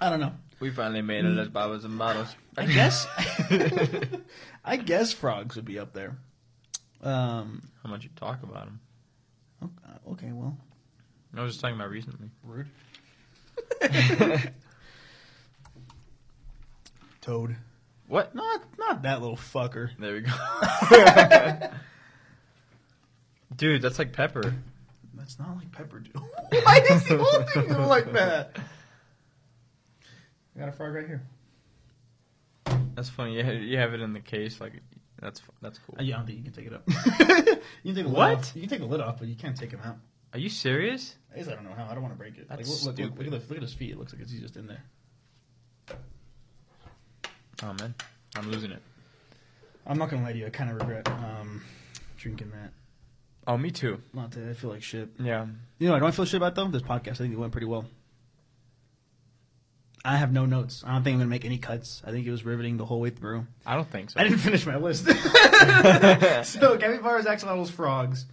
I don't know.
We finally made it as Babas and Bottles.
Mm. I guess I guess frogs would be up there. Um.
How much you talk about them?
o- Okay. Well.
I was just talking about recently.
Rude. Toad.
What?
Not not that little fucker.
There we go. Dude, that's like pepper.
That's not like Pepper do. Why does the whole thing go like that? I got a frog right here.
That's funny. You ha- you have it in the case. Like that's fu- that's cool.
Uh, yeah, I don't think you can take it up. you can take the lid
What?
off. You can take the lid off, but you can't take him out.
Are you serious?
At least I don't know how. I don't want to break it.
That's
like, look, look, look,
stupid.
look, at the, look at his feet. It looks like it's he's just in there.
Oh man, I'm losing it.
I'm not gonna lie to you. I kind of regret um, drinking that
Oh, me too.
latte. I feel like shit.
Yeah.
You know, what I don't feel shit about though. This podcast, I think it went pretty well. I have no notes. I don't think I'm gonna make any cuts. I think it was riveting the whole way through.
I don't think so.
I didn't finish my list. so capybaras, axolotls, frogs,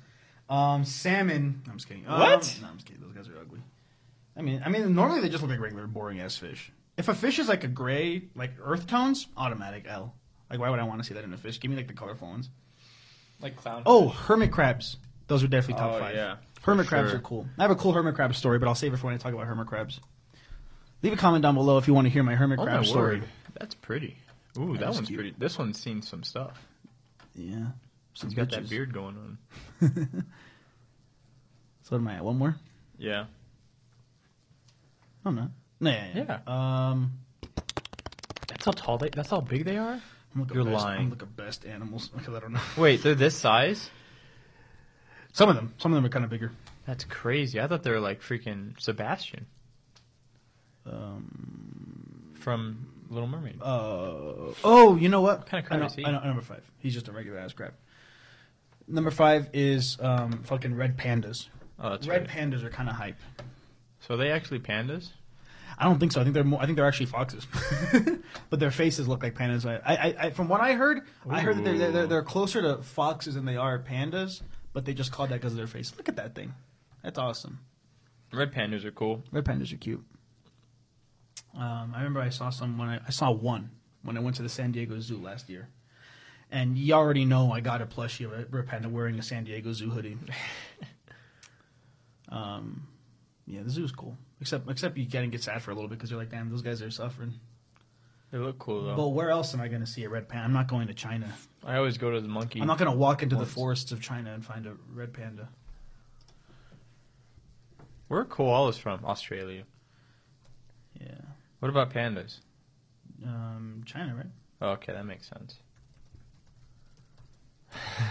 um, salmon. I'm just kidding. Um,
What?
no, I'm just kidding. Those guys are ugly. I mean, I mean, normally they just look like regular boring ass fish. If a fish is like a gray, like earth tones, automatic L. Like, why would I want to see that in a fish? Give me like the colorful ones.
like clown.
Oh, hermit crabs. Those are definitely top
Oh,
five.
yeah, for
hermit crabs
sure.
are cool. I have a cool hermit crab story, but I'll save it for when I talk about hermit crabs. Leave a comment down below if you want to hear my hermit
Oh, my
crab story.
word. That's pretty. Ooh, that,
That is
one's
cute.
pretty. This one's seen some stuff.
Yeah. Some
He's got
bitches.
that beard going on.
So what am I at? One more?
Yeah.
No, I'm not. No, yeah, yeah. Um,
That's how tall they. That's how big they are.
I'm looking
You're
best,
lying.
I'm looking best animals because I don't know.
Wait, they're this size?
Some of them, some of them are kind of bigger.
That's crazy. I thought they were like freaking Sebastian
Um,
from Little Mermaid.
uh, oh, you know what?
kind of
I
crab
know,
is he?
I know, number five. He's just a regular ass crab. Number five is um, fucking red pandas.
Oh, that's
red
right.
pandas are kind of hype.
so are they actually pandas?
I don't think so. I think they're more, I think they're actually foxes, but their faces look like pandas. I, I, I from what I heard, I heard that they're, they're- they're they're closer to foxes than they are pandas, but they just called that because of their face. Look at that thing. That's awesome.
Red pandas are cool.
Red pandas are cute. Um, I remember I saw some when I, I saw one when I went to the San Diego Zoo last year, and you already know I got a plushie of a Rip Panda wearing a San Diego Zoo hoodie. um, yeah, the zoo's cool. Except, except you kind of get sad for a little bit because you're like, damn, those guys are suffering.
They look cool though.
But where else am I going to see a red panda? I'm not going to China.
I always go to the monkey.
I'm not going to walk into the
Once.
forests of China and find a red panda.
Where are koalas from? Australia.
Yeah.
What about pandas?
Um, China, right?
Oh, okay, that makes sense.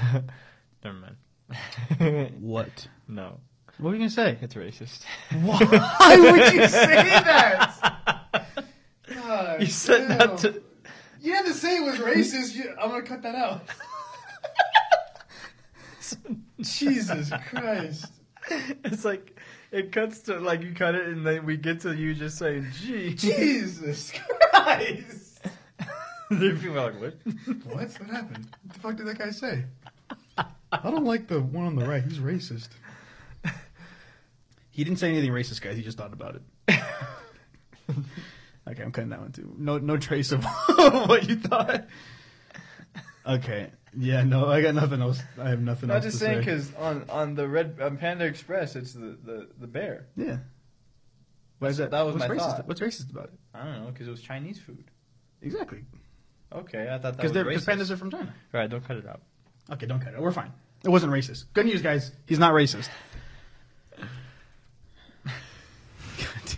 Never mind.
What?
no,
What were you going to say?
it's racist.
Why would you say that? God,
You said
damn.
that to.
You had to say it was racist. You, I'm gonna cut that out. Jesus Christ.
It's like it cuts to like you cut it, and then we get to you just saying, "Gee."
Jesus Christ.
Then people are like, "What?"
What? What happened? What the fuck did that guy say? I don't like the one on the right. He's racist. He didn't say anything racist, guys. He just thought about it. Okay, I'm cutting that one too. No, no trace of what you thought. Okay. Yeah. No, I got nothing else. I have nothing
Not
else
just
to
saying
say.
because on on the red on Panda Express, it's the the, the bear.
Yeah. Why is that?
That was
what's
my
racist?
thought.
What's racist about it?
I don't know because it was Chinese food.
Exactly.
Okay, I thought that
Because
was
they're because
racist.
pandas are from China.
All right, don't cut it out.
Okay, don't cut it. We're fine. It wasn't racist. Good news, guys. He's not racist. God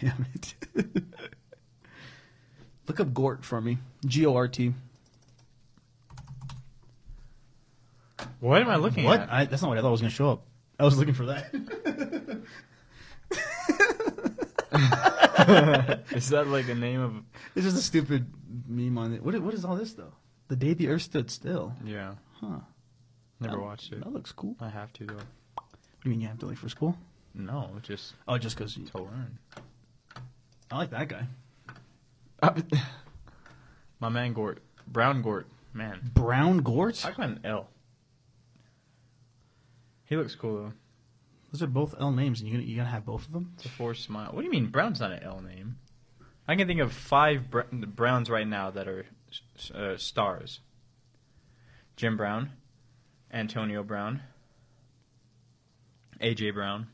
damn it. Look up Gort for me. G O R T.
What am I looking
What?
at?
I, that's not what I thought was going to show up. I was looking for that.
Is that like the name of?
it's just a stupid meme on it. What, i- what is all this, though? The day the earth stood still.
Yeah,
Huh.
never
That-
watched it.
That looks cool. What
I have to though.
do you mean you have to, like, for school?
No, just
Oh, just because.
to learn.
I like that guy.
My man Gort, Brown Gort, man.
Brown Gort?
I got an L. He looks cool though.
Those are both L names, and you're gonna, you're gonna have both of them?
It's a forced smile. What do you mean Brown's not an L name? I can think of five Br- Browns right now that are s- uh, stars. Jim Brown, Antonio Brown, AJ Brown.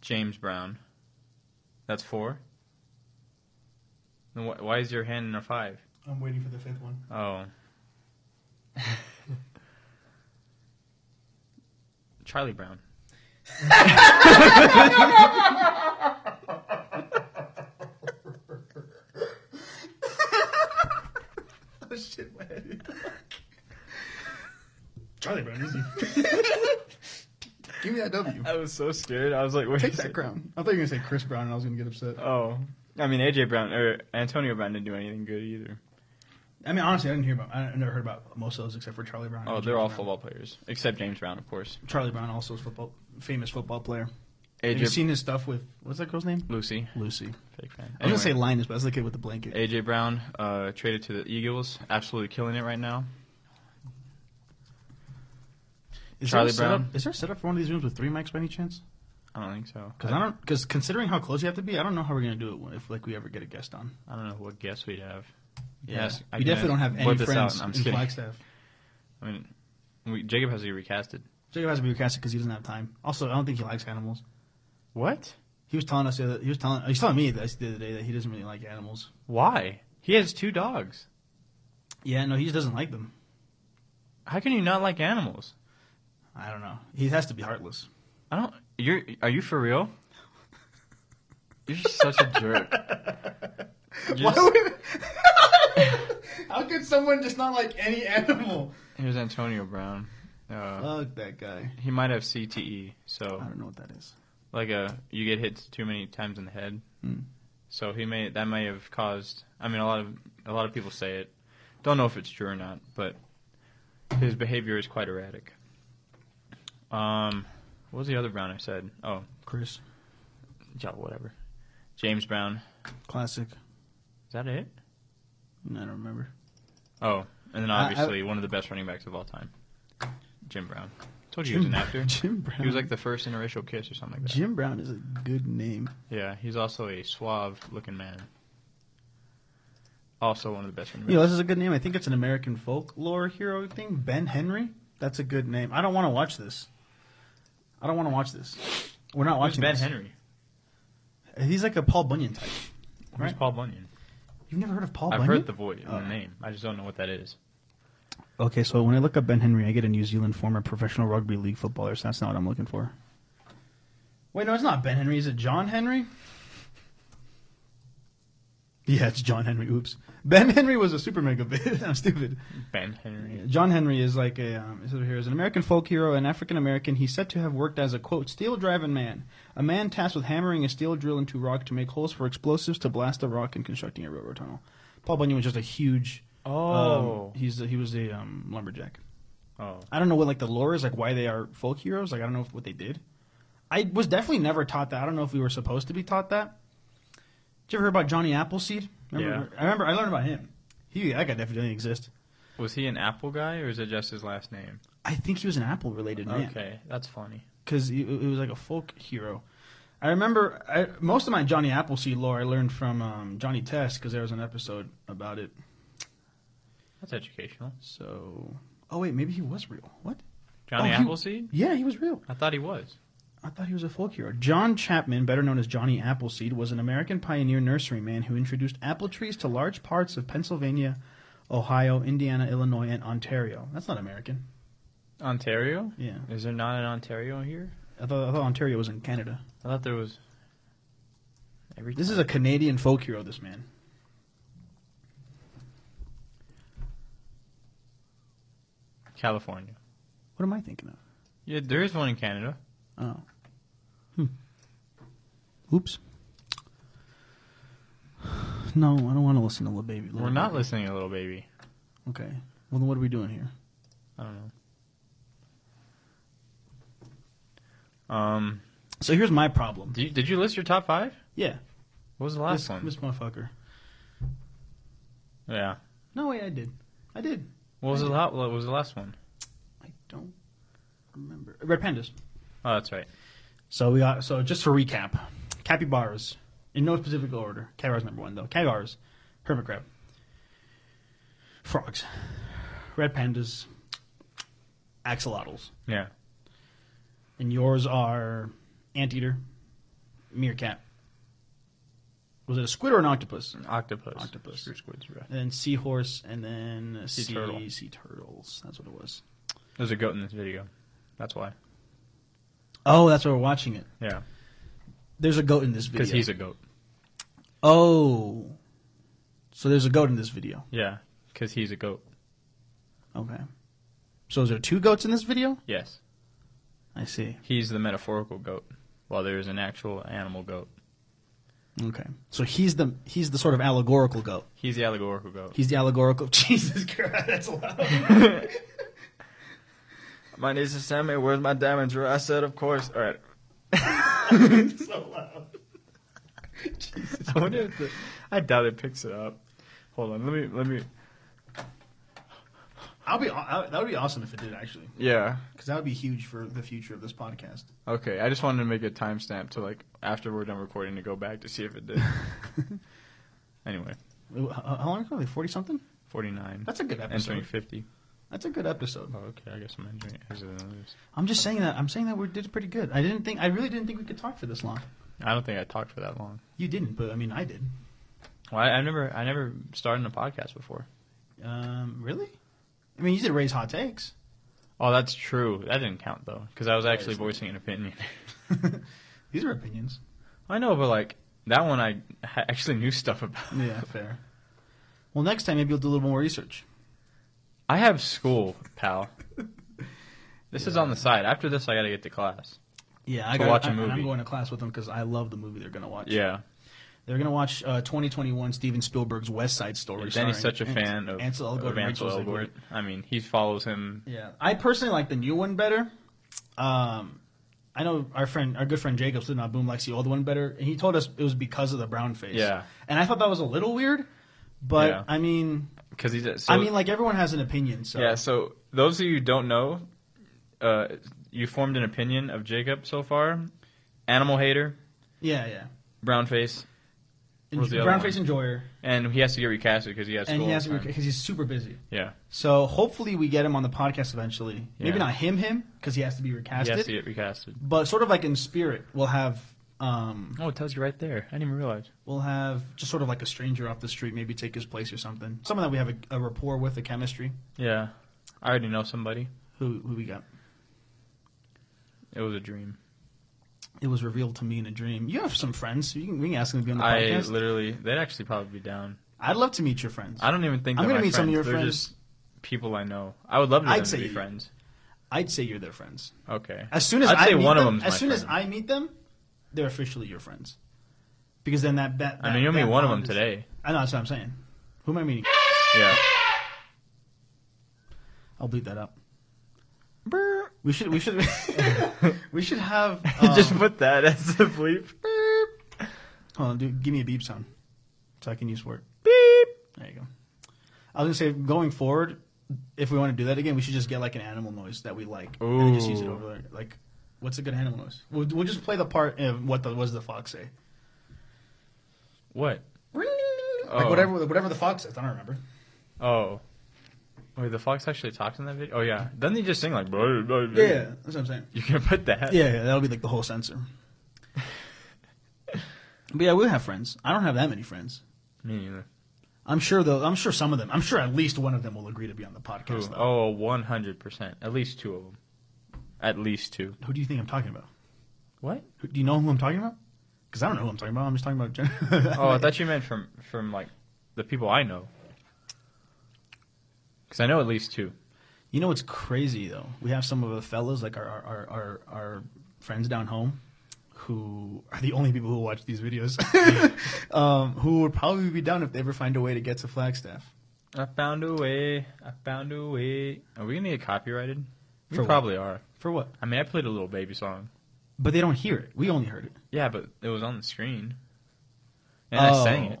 James Brown. That's four. Then wh- why is your hand in a five?
I'm waiting for the fifth one.
Oh. Charlie Brown.
Oh, Oh shit, my head. Charlie Brown, easy. Give me that W.
I was so scared. I was like, wait.
Take that crown. I thought you were gonna say Chris Brown, and I was gonna get upset.
Oh. I mean, AJ Brown or Antonio Brown didn't do anything good either.
I mean, honestly, I didn't hear about. I never heard about most of those except for Charlie Brown.
Oh,
and
they're
James
all
Brown.
football players except James Brown, of course.
Charlie Brown also is football, famous football player. Have you
AJ
seen his stuff with what's that girl's name?
Lucy,
Lucy.
fake fan.
I was gonna say
Anyway,
Linus, but that's the kid with the blanket.
AJ Brown uh, traded to the Eagles, absolutely killing it right now.
Is
Charlie
there a setup-
Brown.
Is there a setup for one of these rooms with three mics by any chance?
I don't think so.
Because I don't. Because considering how close you have to be, I don't know how we're gonna do it when- if like we ever get a guest on.
I don't know what guess we'd have.
Yeah.
Yes, I
we
can
definitely don't have any
blurt this out,
friends
and I'm
in
just kidding.
Flagstaff.
I mean, we, Jacob has to be recasted.
Jacob has to be recasted because he doesn't have time. Also, I don't think he likes animals.
What?
He was telling us the other, he was telling he's telling me this the other day that he doesn't really like animals.
Why? He has two dogs.
Yeah, no, he just doesn't like them.
How can you not like animals?
I don't know. He has to be heartless.
I don't. You're. Are you for real? You're such a jerk. You're just-
how could someone just not like any animal?
here's Antonio Brown. Uh,
Fuck that guy.
he might have CTE,
I
so
don't know what that is.
like a you get hit too many times in the head.
Hmm.
So he may that may have caused. I mean, a lot of a lot of people say it. Don't know if it's true or not, but his behavior is quite erratic. Um, what was the other Brown I said? Oh,
Chris,
yeah, whatever. James Brown.
classic.
Is that it?
I don't remember.
Oh, and then
I- I-
obviously one of the best running backs of all time, Jim Brown. Told you he was an actor.
Jim Brown.
He was like the first interracial kiss or something like that.
Jim Brown is a good name.
Yeah, he's also a suave looking man. Also one of the best
You know,
movies.
this is a good name. I think it's an American folklore hero thing. Ben Henry. That's a good name. I don't want to watch this. I don't want to watch this. We're not
Who's
watching
Ben
this.
Henry?
He's like a Paul Bunyan type.
Who's
Right.
Paul Bunyan?
You've never heard of Paul
I've
Bunyan?
heard the voice,
Oh.
the name. I just don't know what that is.
Okay, so when I look up Ben Henry, I get a New Zealand former professional rugby league footballer. So that's not what I'm looking for. Wait, no, it's not Ben Henry. Is it John Henry? Yeah, it's John Henry. Oops. Ben Henry was a super mega bit. I'm stupid.
Ben Henry.
John Henry is like a um, is over here is an American folk hero and African American. He's said to have worked as a quote steel driving man, a man tasked with hammering a steel drill into rock to make holes for explosives to blast a rock and constructing a railroad tunnel. Paul Bunyan was just a huge.
Oh.
um, he's a, he was a um, lumberjack.
Oh.
I don't know what like the lore is, like why they are folk heroes. Like I don't know if, what they did. I was definitely never taught that. I don't know if we were supposed to be taught that. Did you ever hear about Johnny Appleseed? Remember, I remember I learned about him. He that guy definitely didn't exist.
Was he an apple guy or is it just his last name?
I think he was an apple related man.
Okay, that's funny.
because it, it was like a folk hero. I remember I, most of my Johnny Appleseed lore I learned from um, Johnny Test because there was an episode about it.
That's educational.
So, oh wait, maybe he was real. What?
Johnny
Oh, he-
Appleseed?
Yeah, he was real.
I thought he was.
I thought he was a folk hero. John Chapman, better known as Johnny Appleseed, was an American pioneer nurseryman who introduced apple trees to large parts of Pennsylvania, Ohio, Indiana, Illinois, and Ontario. That's not American.
Ontario?
Yeah,
Is there not an Ontario here?
I thought, I thought Ontario was in Canada.
I thought there was. Every
This is a Canadian folk hero. This man.
California.
What am I thinking of?
Yeah, there is one in Canada.
Oh. Hmm. Oops. No, I don't want to listen to Lil Baby. Lil
We're not
Baby.
listening to Little Baby.
Okay. Well, then what are we doing here?
I don't know. Um,
So here's my problem.
do you- did you list your top five?
Yeah.
What was the last
this,
one?
This motherfucker.
yeah.
No, wait, I did. I did.
What was the la- what was the last one?
I don't remember. Red Pandas.
Oh, that's right.
So we got. So just for recap, capybaras in no specific order. Capybaras number one though. Capybaras, hermit crab, frogs, red pandas, axolotls.
Yeah.
And yours are anteater, meerkat. Was it a squid or an octopus?
Octopus.
Octopus.
Screw squids, right.
And then seahorse, and then sea,
Sea turtle.
sea turtles. That's what it was.
There's a goat in this video. That's why.
Oh, that's why we're watching it.
Yeah.
There's a goat in this
Because
video.
he's a goat.
oh, so there's a goat in this video.
Yeah. Because he's a goat.
Okay. So is there two goats in this video?
Yes.
I see.
He's the metaphorical goat, while there is an actual animal goat.
Okay. So he's the he's the sort of allegorical goat.
He's the allegorical goat.
He's the allegorical. Jesus Christ, that's loud.
My niece is Sammy. Where's my diamonds? I said, of course. All right.
so loud. Jesus.
I wonder if the, I doubt it picks it up. Hold on. Let me. Let me.
I'll be. I, that would be awesome if it did actually,
Yeah.
because that would be huge for the future of this podcast.
Okay. I just wanted to make a timestamp to like after we're done recording to go back to see if it did. anyway,
How how long ago? Like forty something?
forty nine.
That's a good
Entering
episode.
fifty.
That's a good episode.
Oh, okay. I guess I'm entering. it. Is it in this?
I'm just saying that. I'm saying that we did pretty good. I didn't think. I really didn't think we could talk for this long.
I don't think I talked for that long.
You didn't, but I mean, I did.
Well, I, I never. I never started a podcast before.
Um, really? I mean, you did raise hot takes.
Oh, that's true. That didn't count though, because I was
Yeah,
actually
it's not-
voicing an opinion.
These are opinions.
I know, but like that one, I ha- actually knew stuff about.
Yeah, fair. Well, next time maybe you'll do a little more research.
I have school, pal. This is on the side. After this, I gotta get to class.
Yeah, I
To
got.
watch a
I, and I'm
movie.
going to class with them because I love the movie they're going to watch.
Yeah,
They're going to watch uh, 2021 Steven Spielberg's West Side Story.
and Danny's
starring
such a
An-
fan of
Ansel Elgort.
of
and
Ansel
Rachel Zegler.
Elgort. I mean, he follows him.
Yeah, I personally like the new one better. Um, I know our friend, our good friend Jacob did not boom likes the old one better, and he told us it was because of the brown face.
Yeah.
and I thought that was a little weird, but
Yeah.
I mean,
Because he's. So,
I mean, like everyone has an opinion, so
yeah. So those of you who don't know, uh, you formed an opinion of Jacob so far. Animal hater,
Yeah, yeah.
brown face, What was the other
Brownface Enjoyer,
and he has to get recasted because he has
and
school.
he has
all the time.
because he's super busy.
yeah,
So hopefully we get him on the podcast eventually. Maybe
Yeah.
not him, him, because he has to be
he
recasted.
has to get recasted.
but sort of like in spirit, we'll have um,
Oh, it tells you right there. I didn't even realize.
we'll have just sort of like a stranger off the street, maybe take his place or something. Someone that we have a, a rapport with, a chemistry.
Yeah, I already know somebody.
Who who we got?
It was a dream.
It was revealed to me in a dream. You have some friends. You can, we can ask them to be on the
I
podcast.
literally, they'd actually probably be down.
I'd love to meet your friends.
I don't even think
I'm
they're
gonna
my
meet some of your
They're
friends.
Just people I know. I would love to,
I'd
them to
say
be
you-
friends.
I'd say you're their friends.
Okay.
As soon as
I'd
I
say
meet
one of
them,
them's my
as soon as
friend.
I meet them, they're officially your friends. Because then that that,
I
that-
mean, you only
that
one of them
bond is-
today.
I know that's what I'm saying. Who am I meeting?
Yeah.
I'll bleep that up. We should we should we should have
just
um,
put that as a bleep.
Hold on, dude, give me a beep sound so I can use word.
Beep.
There you go. I was gonna say, going forward, if we want to do that again, we should just get like an animal noise that we like, and then just use it
Ooh.
over there. Like, what's a good animal noise? We'll, we'll just play the part of what the what does the fox say?
What?
Like
Oh.
whatever whatever the fox says. I don't remember.
Oh. Wait, the fox actually talks in that video? Oh, yeah. Doesn't he just sing like. "Blah, blah, blah"?
Yeah, that's what I'm saying.
You can put that.
Yeah, yeah, that'll be like the whole censor. but yeah, we have friends. I don't have that many friends.
Me neither.
I'm sure though. I'm sure some of them. I'm sure at least one of them will agree to be on the
Who?
podcast. Though.
Oh, 100%. At least two of them. At least two.
Who do you think I'm talking about?
What?
Who, do you know who I'm talking about? Because I don't know who I'm talking about. I'm just talking about. Gen-
Oh, I thought you meant from from like the people I know. Because I know at least two.
You know what's crazy though? We have some of the fellas, like our our our, our friends down home, who are the only people who watch these videos, um, who would probably be down if they ever find a way to get to Flagstaff.
I found a way. I found a way. Are we gonna get copyrighted? We
For what?
probably are.
For what?
I mean, I played a little baby song.
But they don't hear it. We only heard it.
Yeah, but it was on the screen, and I sang
Oh,
it.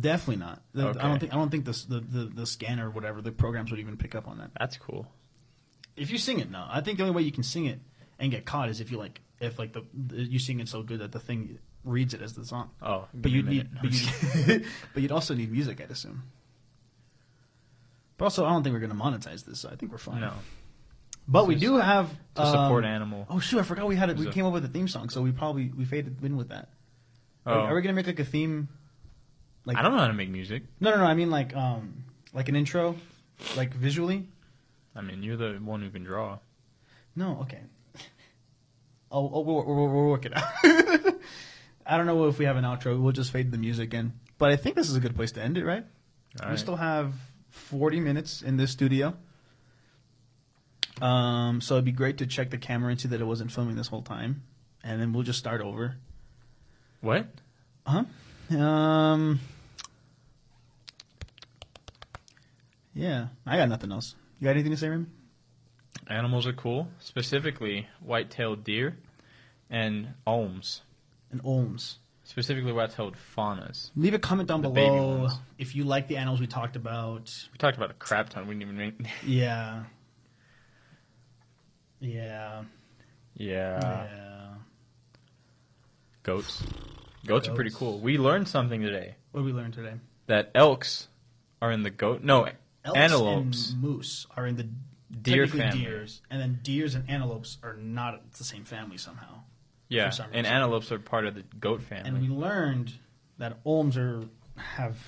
Definitely not. The- I don't
Okay.
think I don't think the, the the the scanner or whatever the programs would even pick up on that.
That's cool.
If you sing it, no. I think the only way you can sing it and get caught is if you like if like the, the you sing it so good that the thing reads it as the song.
Oh,
But
give
you'd
me a
need,
minute.
but you'd, but you'd also need music, I'd assume. But also, I don't think we're going to monetize this, so I think we're fine.
no
but we
Just
do have
to support
um,
animal.
Oh shoot, I forgot we had it.
It
We
was a-
came up with a theme song, so we probably we faded in with that. Are,
Oh.
are we going to make like a theme? Like
I don't know how to make music.
No, no, no. I mean like um like an intro, like visually.
I mean, you're the one who can draw.
No, okay. Oh, oh we'll, we'll, we'll work it out. I don't know if we have an outro. We'll just fade the music in. But I think this is a good place to end it, right?
All
we
right.
still have 40 minutes in this studio. Um, so it'd be great to check the camera and see that it wasn't filming this whole time. And then we'll just start over.
What?
Uh huh. Um, yeah, I got nothing else. You got anything to say, Raymond?
Animals are cool, specifically white-tailed deer and olms,
And Olms.
specifically white-tailed faunas.
Leave a comment down
The baby
below
ones.
if you like the animals we talked about.
We talked about a crap ton. We didn't even make.
Yeah. Yeah.
yeah.
yeah.
Goats. Goats are pretty
Goats.
cool. We learned something today
What did we learn today?
that elks are in the goat. No,
Elks
antelopes.
and moose are in the
Deer
technically
family.
deers, and then deers and antelopes are not the same family somehow.
Yeah,
for some
and
reason.
antelopes are part of the goat family.
And we learned that olms are have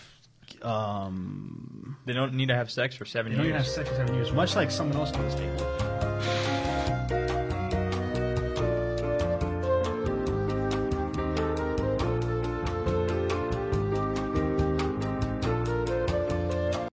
um
they don't need to have sex for seven
they don't even have
years.
sex for seven years, much like someone else on this table.